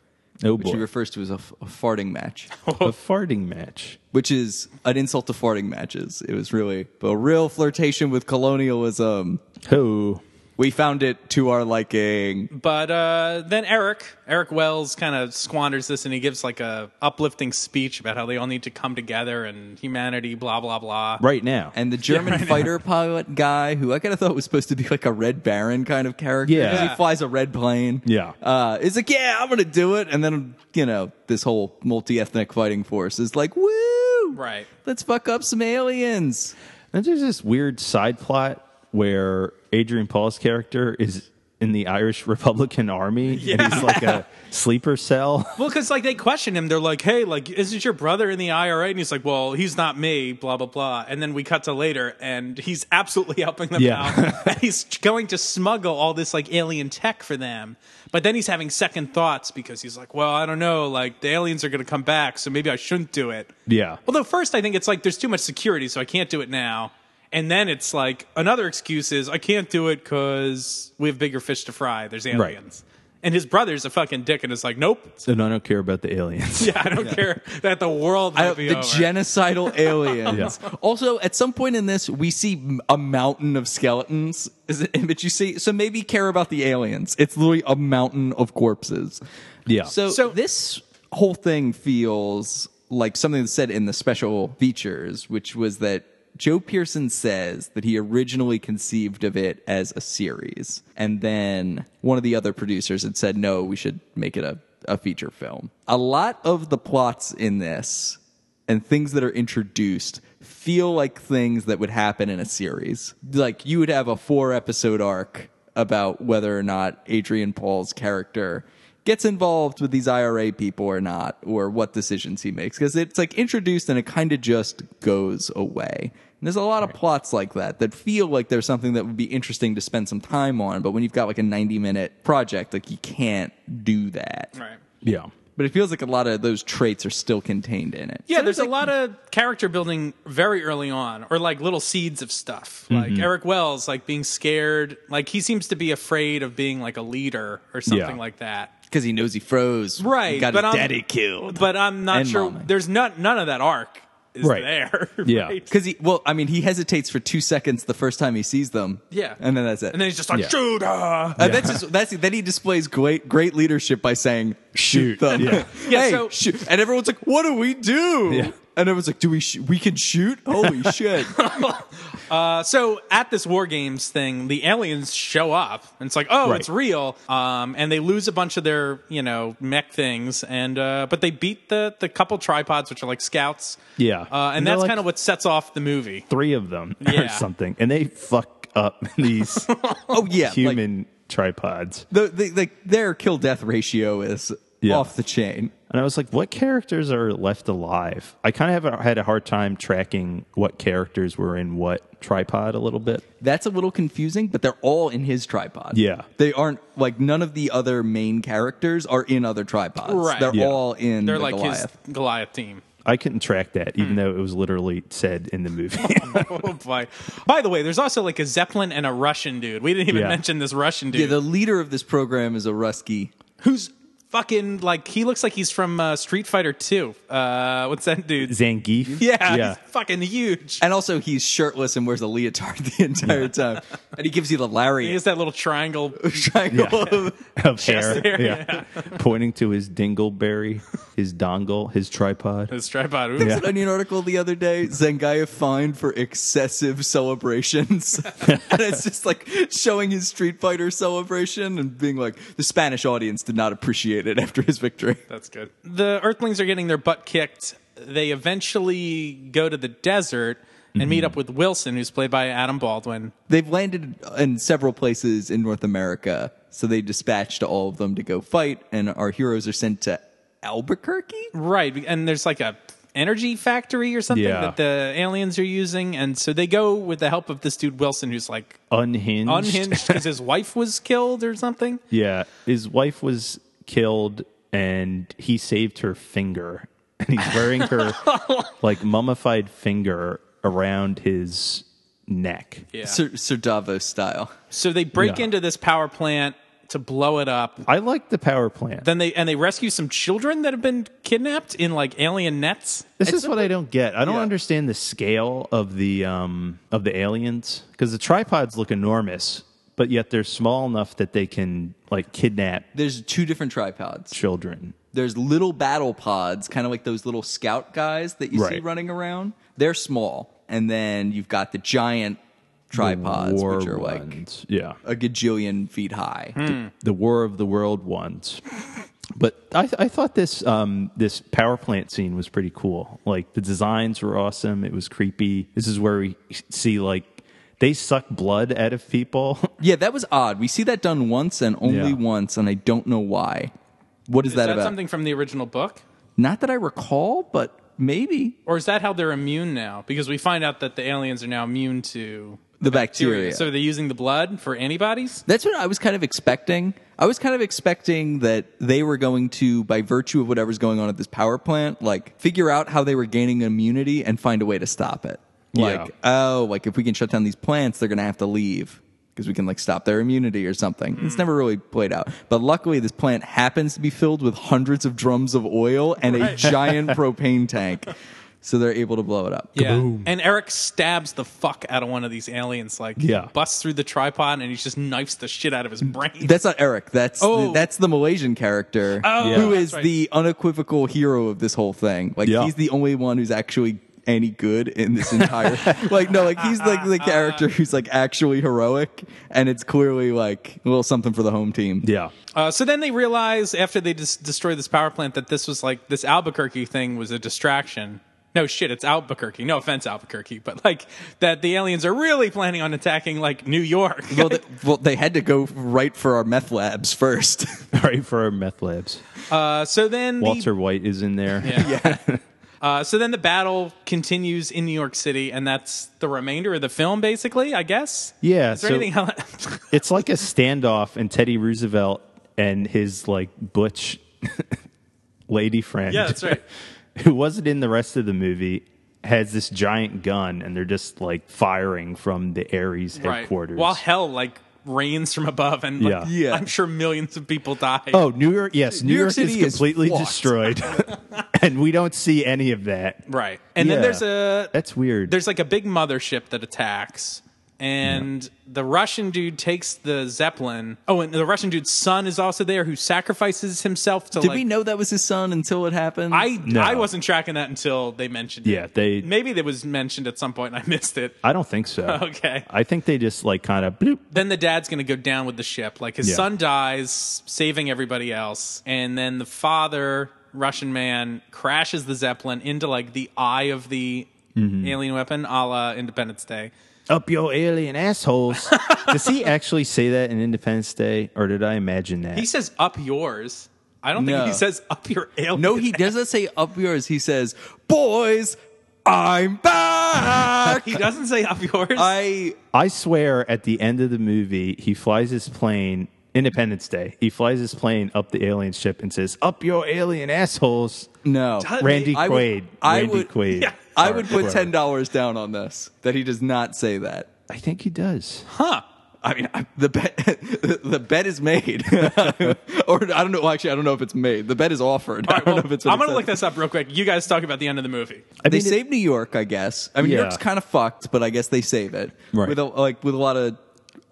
G: oh
F: which
G: boy,
F: he refers to as a, f- a farting match,
G: a farting match.
F: which is an insult to farting matches. It was really a real flirtation with colonialism.
G: Oh,
F: We found it to our liking.
E: But uh, then Eric, Eric Wells, kind of squanders this, and he gives like a uplifting speech about how they all need to come together and humanity, blah blah blah.
G: right now.
F: And the German fighter pilot guy, who I kind of thought was supposed to be like a Red Baron kind of character, 'cause
G: Yeah.
F: he flies a red plane.
G: Yeah.
F: uh, is like, yeah, I'm gonna do it, and then you know this whole multi-ethnic fighting force is like, woo,
E: Right.
F: Let's fuck up some aliens.
G: And there's this weird side plot where Adrian Paul's character is in the Irish Republican Army and he's like a sleeper cell.
E: Well, because like they question him, they're like, "Hey, like, isn't your brother in the IRA?" And he's like, "Well, he's not me." Blah blah blah. And then we cut to later, and he's absolutely helping them
G: Yeah.
E: out. and he's going to smuggle all this like alien tech for them. But then he's having second thoughts because he's like, "Well, I don't know. Like, the aliens are going to come back, so maybe I shouldn't do it."
G: Yeah.
E: Although first, I think it's like there's too much security, so I can't do it now. And then it's like another excuse is I can't do it because we have bigger fish to fry. There's aliens. And his brother's a fucking dick, and it's like, nope,
G: And I don't care about the aliens.
E: yeah, I don't care that the world might
F: I-
E: be
F: the
E: over.
F: genocidal aliens. Also, at some point in this, we see m- a mountain of skeletons. Is an image you see? So maybe care about the aliens. It's literally a mountain of corpses.
G: Yeah.
F: So,
E: So-
F: this whole thing feels like something that's said in the special features, which was that Joe Pearson says that he originally conceived of it as a series, and then one of the other producers had said, "No, we should make it a." A feature film. A lot of the plots in this and things that are introduced feel like things that would happen in a series. Like you would have a four episode arc about whether or not Adrian Paul's character gets involved with these IRA people or not, or what decisions he makes. Because it's like introduced and it kind of just goes away. And there's a lot of plots like that that feel like there's something that would be interesting to spend some time on. But when you've got like a 90 minute project, like you can't do that.
E: Right.
G: yeah.
F: But it feels like a lot of those traits are still contained in it.
E: Yeah, there's a lot of character building very early on, or like little seeds of stuff. Like
G: Mm-hmm.
E: Eric Wells, like being scared, like he seems to be afraid of being like a leader or something
G: Yeah.
E: like that.
F: because he knows he froze.
E: Right,
F: He got
E: but
F: his
E: I'm-
F: daddy killed.
E: But I'm not
F: And
E: sure.
F: mommy.
E: There's not none of that arc is
G: Right.
E: there.
G: Yeah.
E: right?
F: Because he, well, I mean, he hesitates for two seconds the first time he sees them.
E: yeah,
F: and then that's it.
E: And then he's just like
G: Yeah.
E: shoot. ah."
F: Uh, that's just, that's then he displays great great leadership by saying shoot,
G: Shoot.
F: them.
G: Yeah.
E: Yeah,
F: hey,
E: so-
F: shoot. and everyone's like, what do we do?
G: Yeah.
F: And everyone's like, do we sh- we can shoot? Holy shit!
E: So at this war games thing, the aliens show up, and it's like, oh,
G: Right.
E: it's real. Um, and they lose a bunch of their, you know, mech things, and uh, but they beat the the couple tripods, which are like scouts.
G: Yeah.
E: uh, and
G: They're
E: that's
G: like
E: kind of what sets off the movie.
G: Three of them
E: Yeah.
G: or something. And they fuck up these
F: Oh yeah, Like,
G: human tripods.
F: the, the, the, their kill death ratio is
G: Yeah.
F: off the chain.
G: And I was like, what characters are left alive? I kind of have a, had a hard time tracking what characters were in what tripod a little bit.
F: That's a little confusing, but they're all in his tripod.
G: Yeah.
F: They aren't like none of the other main characters are in other tripods.
E: Right.
F: They're
G: Yeah.
F: all in
E: They're
F: the
E: like
F: Goliath.
E: his Goliath team.
G: I couldn't track that, even though it was literally said in the movie.
E: Oh boy! By the way, there's also like a Zeppelin and a Russian dude. We didn't even
G: Yeah.
E: mention this Russian dude,
F: Yeah, the leader of this program is a Rusky.
E: who's fucking like he looks like he's from uh, Street Fighter Two. Uh, what's that dude?
G: Zangief.
E: yeah,
G: Yeah.
E: he's fucking huge.
F: And also, he's shirtless and wears a leotard the entire time. And he gives you the
E: He
F: lariat
E: has that little triangle
F: triangle.
G: Of hair.
E: hair,
G: Yeah. Pointing to his dingleberry, his dongle, his tripod.
E: His tripod. Oops.
F: There was an Onion article the other day. Zengaya fined for excessive celebrations, and it's just like showing his Street Fighter celebration and being like, the Spanish audience did not appreciate it after his victory.
E: That's good. The Earthlings are getting their butt kicked. They eventually go to the desert and meet up with Wilson, who's played by Adam Baldwin.
F: They've landed in several places in North America, so they dispatched all of them to go fight, and our heroes are sent to Albuquerque.
E: Right, and there's like a energy factory or something
G: Yeah.
E: that the aliens are using, and so they go with the help of this dude Wilson, who's like
G: Unhinged.
E: unhinged because his wife was killed or something.
G: Yeah, his wife was killed, and he saved her finger, and he's wearing her like mummified finger around his neck.
E: Yeah.
F: Sir, Sir Davos style.
E: So they break
G: Yeah.
E: into this power plant to blow it up.
G: I like the power plant.
E: Then they and they rescue some children that have been kidnapped in like alien nets.
G: this is what I don't get. I don't
F: Yeah.
G: understand the scale of the um of the aliens because the tripods look enormous, but yet they're small enough that they can like kidnap
F: There's two different tripods.
G: children.
F: There's little battle pods, kind of like those little scout guys that you see
G: Right.
F: running around. They're small, and then you've got the giant tripods,
G: War
F: which are like
G: ones. yeah,
F: a gajillion feet high.
G: the War of the World ones. But I, th- I thought this um, this power plant scene was pretty cool. Like the designs were awesome. It was creepy. This is where we see like they suck blood out of people.
F: Yeah, that was odd. We see that done once and only
G: Yeah.
F: once, and I don't know why. What is,
E: Is
F: that,
E: that
F: about?
E: something from the original book?
F: Not that I recall, but maybe
E: Or is that how they're immune now? Because we find out that the aliens are now immune to
F: the bacteria.
E: So they're using the blood for antibodies?
F: That's what I was kind of expecting. I was kind of expecting that they were going to, by virtue of whatever's going on at this power plant, like figure out how they were gaining immunity and find a way to stop it. Like, oh, like if we can shut down these plants, they're going to have to leave because we can like stop their immunity or something. It's never really played out. But luckily, this plant happens to be filled with hundreds of drums of oil and a giant propane tank. So they're able to blow it up.
E: Yeah. And Eric stabs the fuck out of one of these aliens, like
G: Yeah.
E: busts through the tripod and he just knifes the shit out of his brain.
F: That's not Eric. That's
E: Oh.
F: the, that's the Malaysian character
E: Oh,
F: who
E: that's
F: is
E: right.
F: the unequivocal hero of this whole thing. Like
G: Yeah.
F: he's the only one who's actually any good in this entire like no like he's like the character who's like actually heroic and it's clearly like a little something for the home team.
G: yeah,
E: Uh, so then they realize after they dis- destroy this power plant that this was like this Albuquerque thing was a distraction. No shit, it's Albuquerque. No offense, Albuquerque, but like that the aliens are really planning on attacking like New York.
F: Well, they, well, they had to go right for our meth labs first.
G: right for our meth labs.
E: Uh, so then the
G: Walter White is in there.
E: Uh, so then the battle continues in New York City, and that's the remainder of the film, basically. I guess.
G: Yeah,
E: Is there
G: so-
E: anything else?
G: It's like a standoff, and Teddy Roosevelt and his like butch lady friend.
E: yeah, that's right.
G: who wasn't in the rest of the movie has this giant gun and they're just like firing from the Ares
E: right.
G: headquarters.
E: While hell like rains from above, and like,
G: Yeah.
F: Yeah.
E: I'm sure millions of people die.
G: oh, New York, yes, New,
F: York
G: York,
F: City
G: is
F: is
G: completely
F: fucked.
G: destroyed. and we don't see any of that.
E: right. And then
G: Yeah.
E: there's a
G: That's weird.
E: there's like a big mothership that attacks. And the Russian dude takes the Zeppelin. Oh, and the Russian dude's son is also there who sacrifices himself to
F: Did
E: like
F: we know that was his son until it happened?
E: I
G: No.
E: I wasn't tracking that until they mentioned it.
G: Yeah, they-
E: maybe that was mentioned at some point and I missed it.
G: I don't think so.
E: Okay.
G: I think they just like kind of bloop.
E: then the dad's going to go down with the ship. Like his
G: Yeah.
E: son dies, saving everybody else, and then the father, Russian man, crashes the zeppelin into like the eye of the
F: Mm-hmm.
E: alien weapon, a la Independence Day.
G: Up your alien assholes. Does he actually say that in Independence Day or did I imagine that?
E: He says, "Up yours." I don't think
F: No.
E: he says "up your alien."
F: no, he doesn't say up yours. He says, "Boys, I'm back."
E: he doesn't say "up yours."
F: I
G: I swear at the end of the movie, he flies his plane, Independence Day, he flies his plane up the alien ship and says, Up your alien assholes.
F: no.
G: Randy
F: I would-
G: Quaid.
F: I
G: Randy
F: would-
G: Quaid.
E: Yeah.
F: I
G: Or
F: would put
G: whoever.
F: ten dollars down on this that he does not say that.
G: I think he does.
F: I mean, I, the bet the bet is made, or I don't know. well, Actually, I don't know if it's made. The bet is offered.
E: All
F: I
E: right,
F: don't
E: well,
F: know if it's.
E: I'm going
F: to
E: to look this up real quick. You guys talk about the end of the movie.
G: I
F: They
G: mean, it-
F: save New York, I guess. I mean, New
G: Yeah.
F: York's kind of fucked, but I guess they save it
G: Right.
F: with a, like with a lot of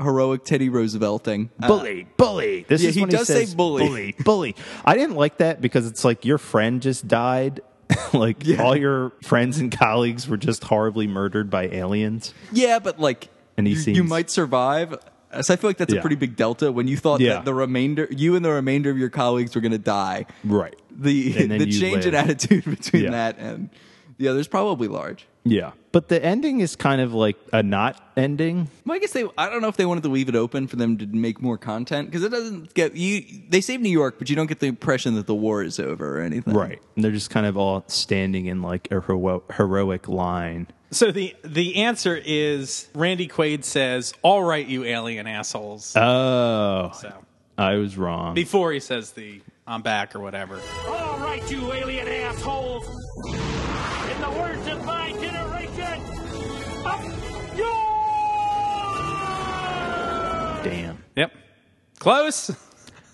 F: heroic Teddy Roosevelting. Uh,
G: bully, bully. This
F: Yeah,
G: is
F: he
G: when
F: does
G: he
F: say
G: says,
F: bully.
G: bully, bully. I didn't like that because it's like your friend just died. like all your friends and colleagues were just horribly murdered by aliens.
F: yeah, but like,
G: And he
F: you,
G: seems-
F: you might survive. So I feel like that's a
G: Yeah.
F: pretty big delta when you thought
G: Yeah.
F: that the remainder, you and the remainder of your colleagues were going to die.
G: Right.
F: The
G: And then
F: the
G: you
F: change in
G: live.
F: attitude between
G: Yeah.
F: that and The other's probably large.
G: Yeah. But the ending is kind of like a not ending.
F: Well, I guess they. I don't know if they wanted to leave it open for them to make more content because it doesn't get you. They save New York, but you don't get the impression that the war is over or anything.
G: And they're just kind of all standing in like a hero- heroic line.
E: So the the answer is Randy Quaid says, "All right, you alien assholes."
F: Uh.
G: Oh,
E: so
G: I was wrong.
E: before he says the "I'm back" or whatever.
D: All right, you alien assholes. In the words of my generation, up yours!
G: Damn.
E: Yep, close.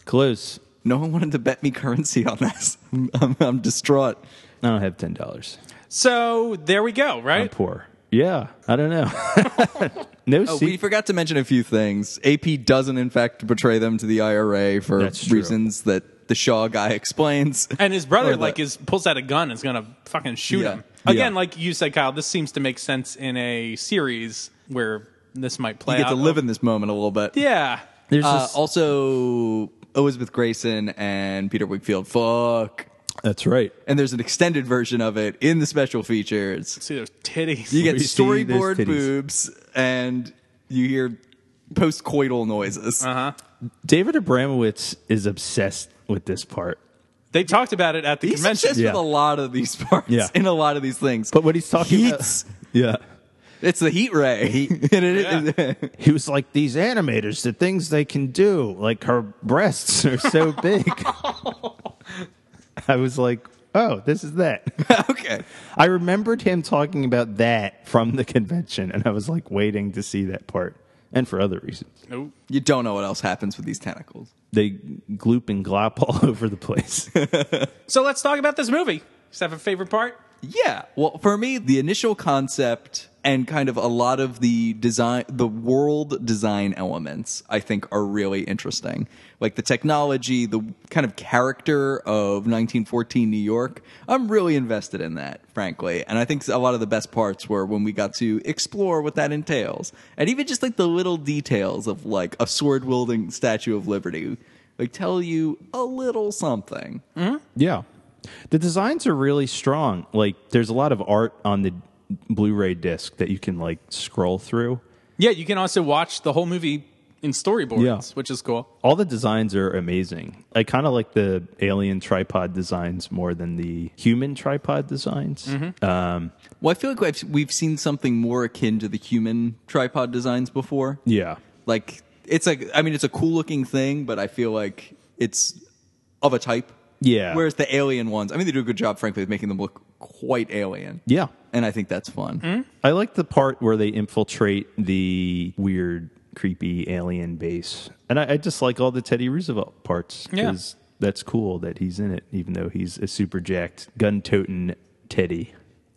G: Close.
F: No one wanted to bet me currency on this. I'm, I'm distraught.
G: I don't have ten dollars.
E: So there we go.
G: I'm
E: Right.
G: poor. Yeah, I don't know. no
F: Oh, we
G: sequel.
F: forgot to mention a few things. AP doesn't, in fact, betray them to the IRA for
G: That's true.
F: reasons that the Shaw guy explains.
E: And his brother
F: Or the-
E: like is pulls out a gun and is gonna fucking shoot
F: Yeah.
E: him again.
G: Yeah.
E: Like you said, Kyle, this seems to make sense in a series where this might play
F: you get
E: out.
F: to live in this moment a little bit.
E: yeah.
G: There's
F: Uh,
G: this-
F: also, Elizabeth Grayson and Peter Wigfield. Fuck.
G: That's right.
F: And there's an extended version of it in the special features.
E: See those titties.
F: You get
G: We see those
F: storyboard
G: titties.
F: boobs, and you hear post-coital noises.
G: Uh-huh. David Abramowitz is obsessed with this part.
E: They talked about it at the
F: He's
E: convention.
F: obsessed with
G: Yeah.
F: a lot of these parts
G: Yeah.
F: in a lot of these things.
G: But what he's talking
F: Heats.
G: about. Yeah.
F: It's the heat ray. And it-
G: He was like, these animators, the things they can do, like her breasts are so big. I was like, oh, this is that.
F: okay.
G: I remembered him talking about that from the convention, and I was like waiting to see that part, and for other reasons.
E: Nope.
F: You don't know what else happens with these tentacles.
G: They gloop and glop all over the place.
E: So let's talk about this movie. Does that have a favorite part?
F: Yeah. Well, for me, the initial concept and kind of a lot of the design, the world design elements, I think are really interesting. Like the technology, the kind of character of 1914 New York. I'm really invested in that, frankly. And I think a lot of the best parts were when we got to explore what that entails. And even just like the little details of like a sword wielding Statue of Liberty, like tell you a little something.
G: yeah. The designs are really strong. Like, there's a lot of art on the Blu ray disc that you can, like, scroll through.
E: Yeah, you can also watch the whole movie in storyboards,
G: Yeah.
E: which is cool.
G: All the designs are amazing. I kind of like the alien tripod designs more than the human tripod designs.
F: Well, I feel like we've, we've seen something more akin to the human tripod designs before.
G: Yeah.
F: Like it's like I mean it's a cool looking thing, but I feel like it's of a type.
G: Yeah.
F: Whereas the alien ones, I mean, they do a good job, frankly, of making them look quite alien.
G: Yeah.
F: And I think that's fun.
E: Mm,
G: I like the part where they infiltrate the weird, creepy alien base. And I, I just like all the Teddy Roosevelt parts
E: Yeah.
G: because that's cool that he's in it, even though he's a super jacked, gun toting Teddy.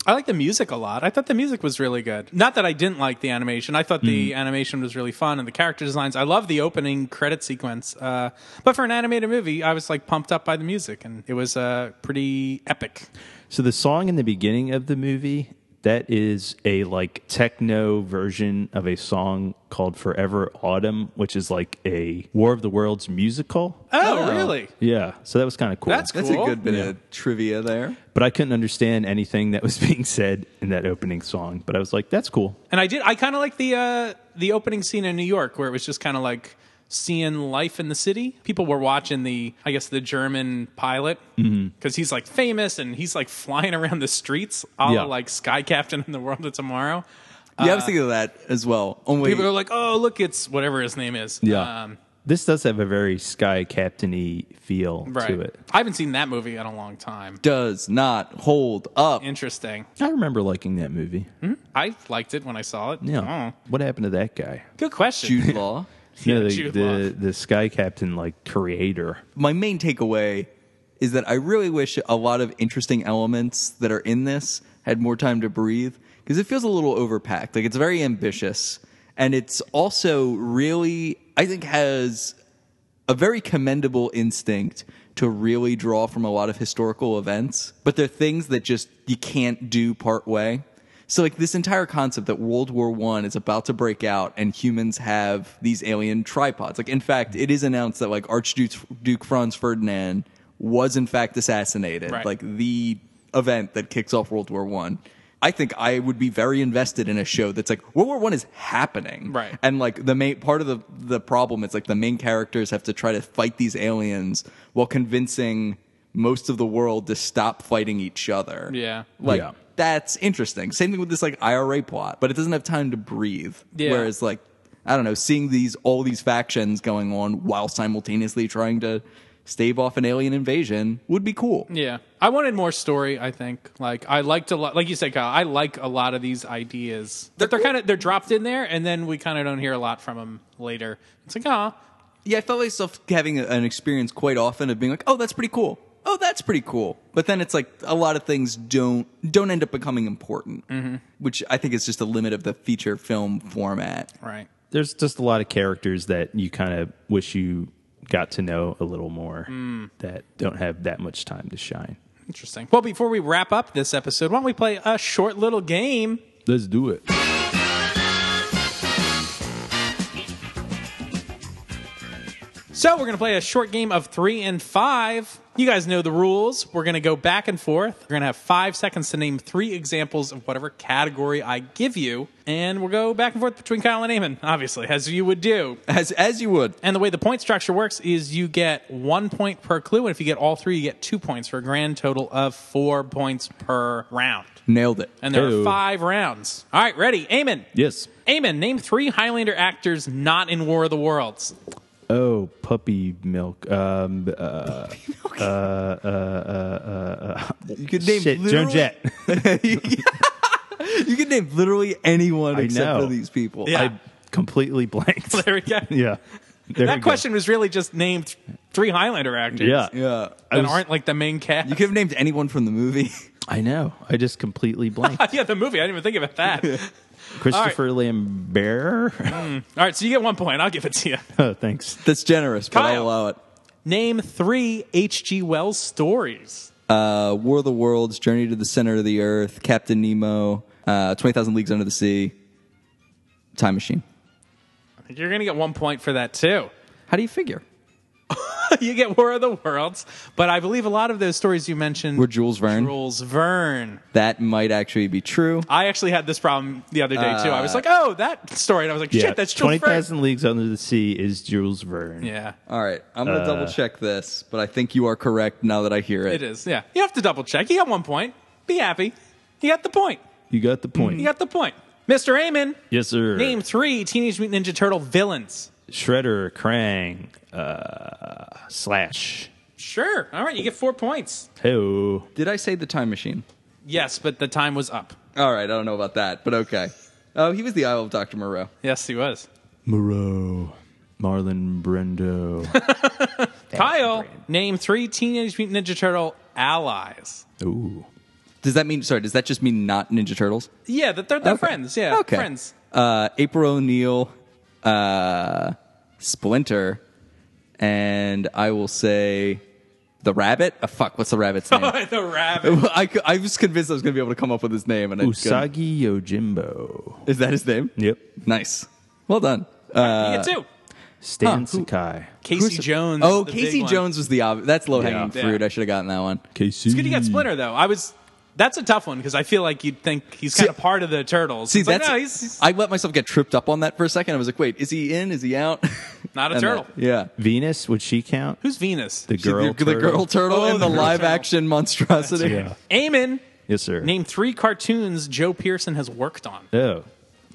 E: I like the music a lot. I thought the music was really good. Not that I didn't like the animation. I thought the animation was really fun and the character designs. I love the opening credit sequence. Uh, but for an animated movie, I was like pumped up by the music and it was uh, pretty epic.
G: So the song in the beginning of the movie that is a like techno version of a song called Forever Autumn, which is like a War of the Worlds musical.
E: Oh, really?
G: Yeah, so that was kind of cool.
E: That's
F: That's
E: Cool.
F: a good bit of trivia there.
G: But I couldn't understand anything that was being said in that opening song. But I was like, that's cool.
E: And I did. I kind of like the uh, the opening scene in New York, where it was just kind of like seeing life in the city. People were watching the, I guess, the German pilot because he's like famous and he's like flying around the streets, a la,
G: Yeah.
E: like Sky Captain in the World of Tomorrow.
F: yeah, I was thinking of that as well. Only
E: Uh, People are like, "Oh, look, it's whatever his name is." um,
G: this does have a very Sky Captainy feel
E: right.
G: to it.
E: I haven't seen that movie in a long time.
F: does not hold up.
E: Interesting.
G: I remember liking that movie.
E: Hmm? I liked it when I saw it.
G: Yeah. What happened to that guy?
E: Oh, good question.
F: Jude Law.
G: No,
E: Yeah,
G: the,
E: Jude
G: the,
E: Law.
G: the Sky Captain like creator.
F: my main takeaway is that I really wish a lot of interesting elements that are in this had more time to breathe because it feels a little overpacked. Like it's very ambitious and it's also really I think has a very commendable instinct to really draw from a lot of historical events, but they're things that just you can't do part way. So like this entire concept that World War One is about to break out and humans have these alien tripods. Like in fact, it is announced that like Archduke Duke Franz Ferdinand was in fact assassinated.
E: Right.
F: Like the event that kicks off World War One. I think I would be very invested in a show that's like World War One is happening,
E: Right.
F: And like the main part of the the problem is like the main characters have to try to fight these aliens while convincing most of the world to stop fighting each other.
E: Yeah.
F: like
G: Yeah.
F: that's interesting. Same thing with this like IRA plot, but it doesn't have time to breathe.
E: Yeah.
F: Whereas like I don't know, seeing these all these factions going on while simultaneously trying to stave off an alien invasion would be cool.
E: Yeah, I wanted more story. I think like I liked a lot, like you said, Kyle. I like a lot of these ideas. They're, they're kind of they're dropped in there, and then we kind of don't hear a lot from them later. It's like ah,
F: Yeah, I felt myself having a- an experience quite often of being like, "Oh, that's pretty cool. Oh, that's pretty cool." But then it's like a lot of things don't don't end up becoming important,
G: Mm-hmm.
F: which I think is just a limit of the feature film format.
E: right.
G: There's just a lot of characters that you kind of wish you got to know a little more
E: Hmm.
G: that don't have that much time to shine.
E: Interesting. Well, before we wrap up this episode, why don't we play a short little game?
G: Let's do it.
E: So we're gonna play a short game of three and five. You guys know the rules. We're gonna go back and forth. We're gonna have five seconds to name three examples of whatever category I give you, and we'll go back and forth between Kyle and Eamon, obviously, as you would do.
F: As as you would.
E: And the way the point structure works is you get one point per clue, and if you get all three, you get two points for a grand total of four points per round.
F: Nailed it.
E: And there are
G: Hey-o.
E: five rounds. All right, ready? Eamon.
G: Yes.
E: Eamon, name three Highlander actors not in War of the Worlds.
G: Oh, puppy milk. Um, uh,
F: You could name
G: shit, Joan
F: literally-
G: Jett.
F: You could name literally anyone
G: I
F: except
G: know.
F: for these people.
E: Yeah.
G: I completely blanked.
E: There we go.
G: yeah. There we
E: that
G: go.
E: question was really just named th- three Highlander actors
G: Yeah.
F: Yeah.
E: that
G: was-
E: aren't like the main cast.
F: You could have named anyone from the movie.
G: I know. I just completely blanked.
E: yeah, the movie. I didn't even think about that.
G: Christopher Lambert.
E: All right, so you get one point. I'll give it to you.
G: oh, thanks.
F: That's generous, but
E: Kyle.
F: I'll allow it.
E: Name three H.G. Wells stories.
F: Uh, War of the Worlds, Journey to the Center of the Earth, Captain Nemo, uh, 20,000 Leagues Under the Sea, Time Machine.
E: You're going to get one point for that, too.
F: How do you figure?
E: you get War of the Worlds, but I believe a lot of those stories you mentioned
F: We're Jules Verne.
E: Jules Verne.
F: That might actually be true.
E: I actually had this problem the other day, too. I was like, oh, that story. And I was like, shit,
G: Uh, Yeah.
E: that's Jules Verne.
G: 20,000 Leagues Under the Sea is Jules Verne.
E: Yeah,
F: All right. I'm going to double check this, but I think you are correct now that I hear it.
E: it is. Yeah. You have to double check. You got one point. Be happy. You got the point.
G: You got the point.
E: You got the point. Mr. Amon,
G: Yes, sir.
E: name three Teenage Mutant Ninja Turtle villains.
G: Shredder, Krang, uh, Slash.
E: Sure. All right, you get four points.
G: Hey,
F: Did I say the Time Machine?
E: Yes, but the time was up.
F: All right. I don't know about that, but okay. Oh, he was the Isle of Dr. Moreau.
E: Yes, he was.
G: Moreau, Marlon Brando.
E: Kyle, name three Teenage Mutant Ninja Turtle allies.
G: Ooh.
F: Does that mean, sorry, does that just mean not Ninja Turtles?
E: Yeah, that they're, they're
F: Okay.
E: friends. Yeah,
F: Okay.
E: friends.
F: uh, April O'Neil, uh, Splinter, and I will say the rabbit. Oh, fuck, what's the rabbit's name?
E: the rabbit.
F: I, cou- I was convinced I was going to be able to come up with his name, and I couldn't.
G: Usagi Yojimbo.
F: is that his name?
G: Yep.
F: Nice, well done. Uh,
E: you get two.
G: Stan
F: Huh.
G: Sakai.
E: Casey
F: who's-
E: Jones.
F: Oh,
E: the
F: Casey
E: big one.
F: Jones was the obvious. That's low hanging
E: Yeah.
F: fruit. I should have gotten that one.
G: KC.
E: It's good you got Splinter though. I was. That's a tough one because I feel like you'd think he's
F: See-
E: kind of part of the Turtles.
F: See,
E: It's like,
F: that's
E: no, he's, he's
F: I let myself get tripped up on that for a second. I was like, wait, is he in? Is he out?
E: not a
F: And
E: turtle.
F: that- yeah.
G: Venus, would she count?
E: Who's Venus?
G: The girl.
F: the, the girl turtle
E: Oh,
F: and
E: the
F: the,
E: girl
F: live
E: turtle.
F: action monstrosity.
G: Yeah.
E: Eamon,
G: Yes, sir.
E: name three cartoons Joe Pearson has worked on.
G: Oh.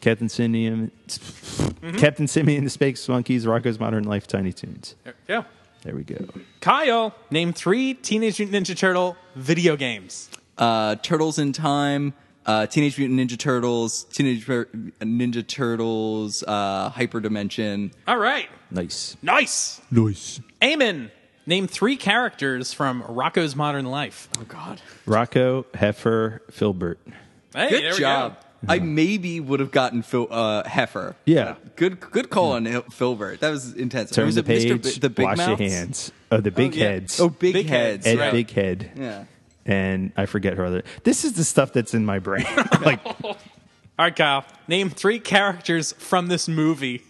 G: Captain Simeon. Captain Simeon, the Space Monkeys, Rocco's Modern Life, Tiny Toons.
E: Yeah.
G: There we go.
E: Kyle, name three Teenage Mutant Ninja Turtle video games.
F: uh, Turtles in Time, uh, Teenage Mutant Ninja Turtles, Teenage Mur- Ninja Turtles, uh, Hyperdimension.
E: All right.
G: Nice.
E: Nice.
G: Nice.
E: Eamon, name three characters from Rocco's Modern Life.
F: Oh God!
G: Rocco, Heifer, Filbert.
E: Hey,
F: Good
E: there we
F: job.
E: go.
F: I maybe would have gotten Phil, uh, Heifer.
G: Yeah.
F: Good, good call on Hil- Filbert. That was intense. Or
G: Turn
F: was
G: the
F: it Mr.
G: page.
F: B- the big
G: wash
F: Mouths?
G: your hands. Oh, the big
F: Yeah.
G: heads.
F: Oh, big,
E: Big
F: heads.
E: heads,
G: Ed
E: right.
G: Big Head.
F: Yeah.
G: And I forget her other. This is the stuff that's in my brain. like
E: All right, Kyle, name three characters from this movie.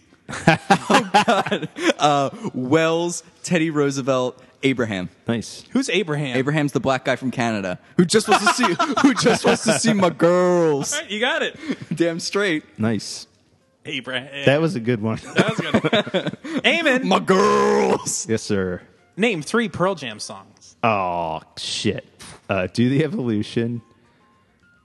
F: Wells, Teddy Roosevelt, Abraham.
G: Nice.
E: Who's Abraham?
F: Abraham's the black guy from Canada who just wants to see who just wants to see my girls.
E: All right, you got it.
F: Damn straight,
G: Nice.
E: Abraham.
G: That was a good one.
E: That was good. Eamon,
F: my girls.
G: yes, sir.
E: name three Pearl Jam songs.
G: Oh, shit. Uh, Do the Evolution.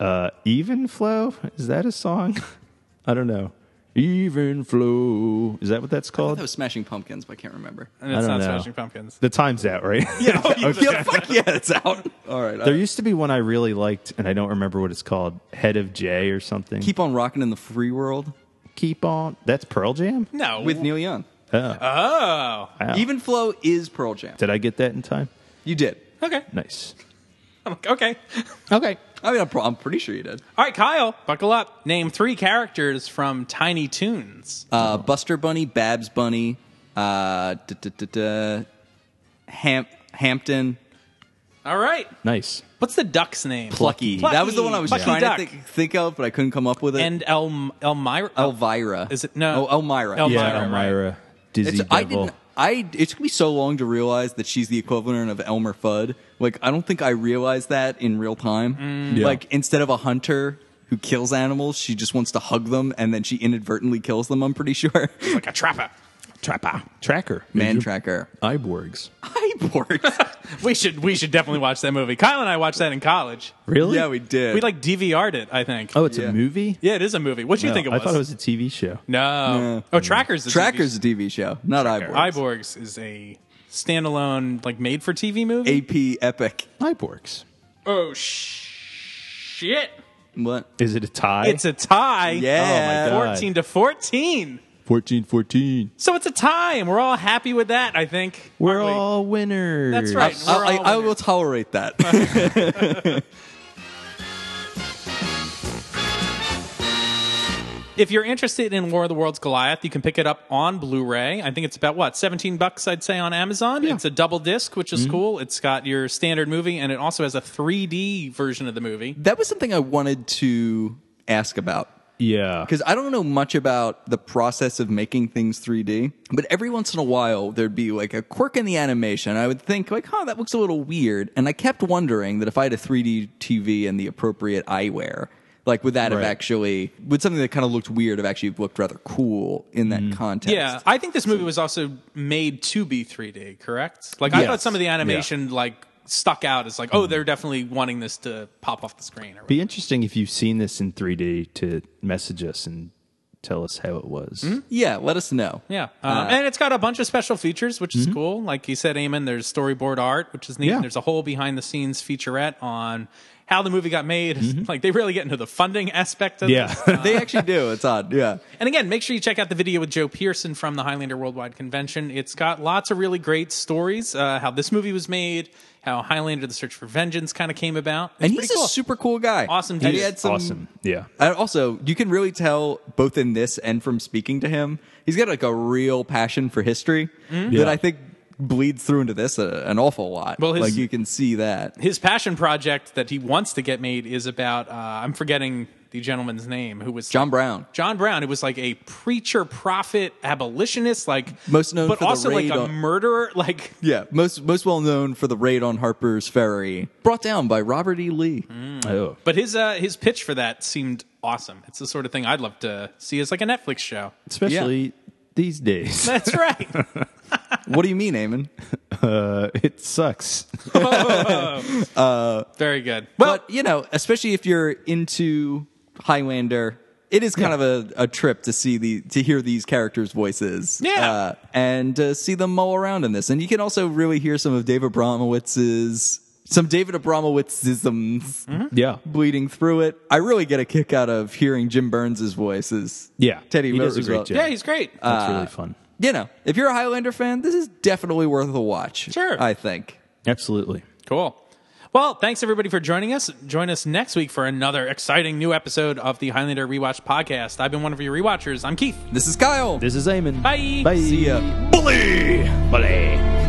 G: Uh, Even Flow? Is that a song? I don't know. Even Flow. Is that what that's
F: That
G: called?
F: was Smashing Pumpkins, but I can't remember.
E: And it's
G: I don't
E: not
G: know.
E: Smashing Pumpkins. Oh,
G: the time's out, right?
E: Yeah,
F: Yeah, fuck yeah, it's out. All right,
G: There
F: I-
G: used to be one I really liked, and I don't remember what it's called. Head of J or something.
F: keep on rocking in the free world
G: keep on. That's Pearl Jam.
E: No.
F: with Neil Young.
E: oh.
G: Wow.
F: Even flow is Pearl Jam.
G: Did I get that in time?
F: You did.
E: Okay.
G: Nice.
E: I'm- Okay.
G: Okay.
F: I mean, I'm, pro- I'm pretty sure you did.
E: All right, Kyle, buckle up. Name three characters from Tiny Toons.
F: Uh, Buster Bunny, Babs Bunny, uh, duh, duh, duh, duh, Ham- Hampton,
E: All right.
G: Nice.
E: What's the duck's name?
F: Plucky. That was the one I was
E: Plucky
F: trying
E: Duck.
F: to think, think of, but I couldn't come up with it.
E: And El- Elmira.
F: Elvira.
E: Is it- no.
F: Oh, Elmira.
E: Elmira.
G: Yeah,
E: Elmira,
G: Elmira. Dizzy
F: It's, I
G: Devil.
F: didn't. I it took me so long to realize that she's the equivalent of Elmer Fudd. Like I don't think I realized that in real time.
E: Mm.
G: Yeah.
F: Like instead of a hunter who kills animals, she just wants to hug them and then she inadvertently kills them. I'm pretty sure.
E: like a trapper.
G: Trapper. Tracker.
F: Man tracker.
G: Iborgs.
F: Cyborgs.
E: We should we should definitely watch that movie. Kyle and I watched that in college.
G: Really?
F: yeah, we did.
E: We like DVR'd it, I think.
G: Oh, it's
F: Yeah.
G: a movie?
E: yeah, it is a movie. What do you
G: No,
E: think it
G: I
E: was?
G: thought it was a TV show.
E: no. Oh, Trackers. the TV
F: Tracker's a TV show, not
E: show.
F: Iborgs.
E: Iborgs is a standalone, like made for TV movie.
F: AP Epic.
G: Iborgs.
E: oh sh- shit!
F: What?
G: Is it a tie?
E: It's a tie.
F: Yeah.
G: Oh my God.
E: fourteen to fourteen.
G: 14 14.
E: So it's a tie, and we're all happy with that. I think
G: We're
E: aren't we?
G: all winners.
E: That's right.
F: I,
E: We're all
F: I, I
E: winners.
F: will tolerate that.
E: If you're interested in War of the Worlds Goliath, you can pick it up on Blu-ray. I think it's about what, 17 bucks I'd say on Amazon. It's a double disc, which is cool. It's got your standard movie and it also has a 3D version of the movie.
F: that was something I wanted to ask about.
G: Yeah.
F: because I don't know much about the process of making things 3D, but every once in a while there'd be like a quirk in the animation. I would think like, "Huh, that looks a little weird," and I kept wondering that if I had a 3D TV and the appropriate eyewear, like would that have
G: Right.
F: actually would something that kind of looked weird have actually looked rather cool in that context?
E: Mm. Yeah, I think this movie was also made to be 3D, correct? Like I
G: Yes.
E: thought some of the animation like stuck out as like, "Oh, they're definitely wanting this to pop off the screen." Or
G: be interesting if you've seen this in 3D to message us and tell us how it was.
E: Hmm?
F: yeah. Let us know.
E: Yeah, um, and it's got a bunch of special features, which
F: Mm-hmm.
E: is cool. Like you said, Eamon, there's storyboard art, which is neat.
G: Yeah.
E: And there's a whole behind the scenes featurette on how the movie got made.
F: Mm-hmm.
E: Like they really get into the funding aspect of
G: Yeah.
E: this.
F: they actually do. It's odd. Yeah.
E: And again, make sure you check out the video with Joe Pearson from the Highlander Worldwide Convention. It's got lots of really great stories. Uh, how this movie was made, how Highlander: The Search for Vengeance kind of came about. It's
F: and
E: pretty
F: he's
E: cool.
F: a super cool guy.
E: Awesome
F: And he
E: dude.
F: had some-
G: Awesome. Yeah.
F: And also, you can really tell both in this and from speaking to him, he's got like a real passion for history that
G: Yeah.
F: I think bleeds through into this a, an awful lot.
E: Mm-hmm. Well, his-
F: like you can see that.
E: his passion project that he wants to get made is about uh, I'm forgetting the gentleman's name who was
F: John Brown.
E: John Brown, who was like a preacher, prophet, abolitionist, like
F: Most known
E: but
F: for the
E: also
F: raid
E: like a
F: on-
E: murderer. Like
F: Yeah, most most well known for the raid on Harper's Ferry, brought down by Robert E. Lee.
E: Mm-hmm.
G: Oh.
E: but his uh, his pitch for that seemed awesome. It's the sort of thing I'd love to see as like a Netflix show.
G: Especially these days.
E: That's right.
F: What do you mean, Eamon?
G: Uh, it sucks.
E: Very good. Well,
F: but you know, especially if you're into Highlander, it is kind of a, a trip to see the to hear these characters' voices,
E: Yeah.
F: uh, and uh, see them mull around in this. And you can also really hear some of David Abramowitz's some David Abramowitzisms
E: Mm-hmm.
G: yeah.
F: bleeding through it. I really get a kick out of hearing Jim Burns' voices.
G: Yeah.
F: Teddy
G: He does a
F: Roosevelt.
G: great job.
E: yeah, he's great.
F: Uh,
G: That's really fun.
F: You know, if you're a Highlander fan, this is definitely worth a watch.
E: Sure.
F: I think.
G: Absolutely.
E: Cool. Well, thanks everybody for joining us. Join us next week for another exciting new episode of the Highlander Rewatch podcast. I've been one of your rewatchers. I'm Keith.
F: This is Kyle.
G: This is Eamon.
E: Bye.
G: Bye.
F: see ya.
G: Bully. Bully.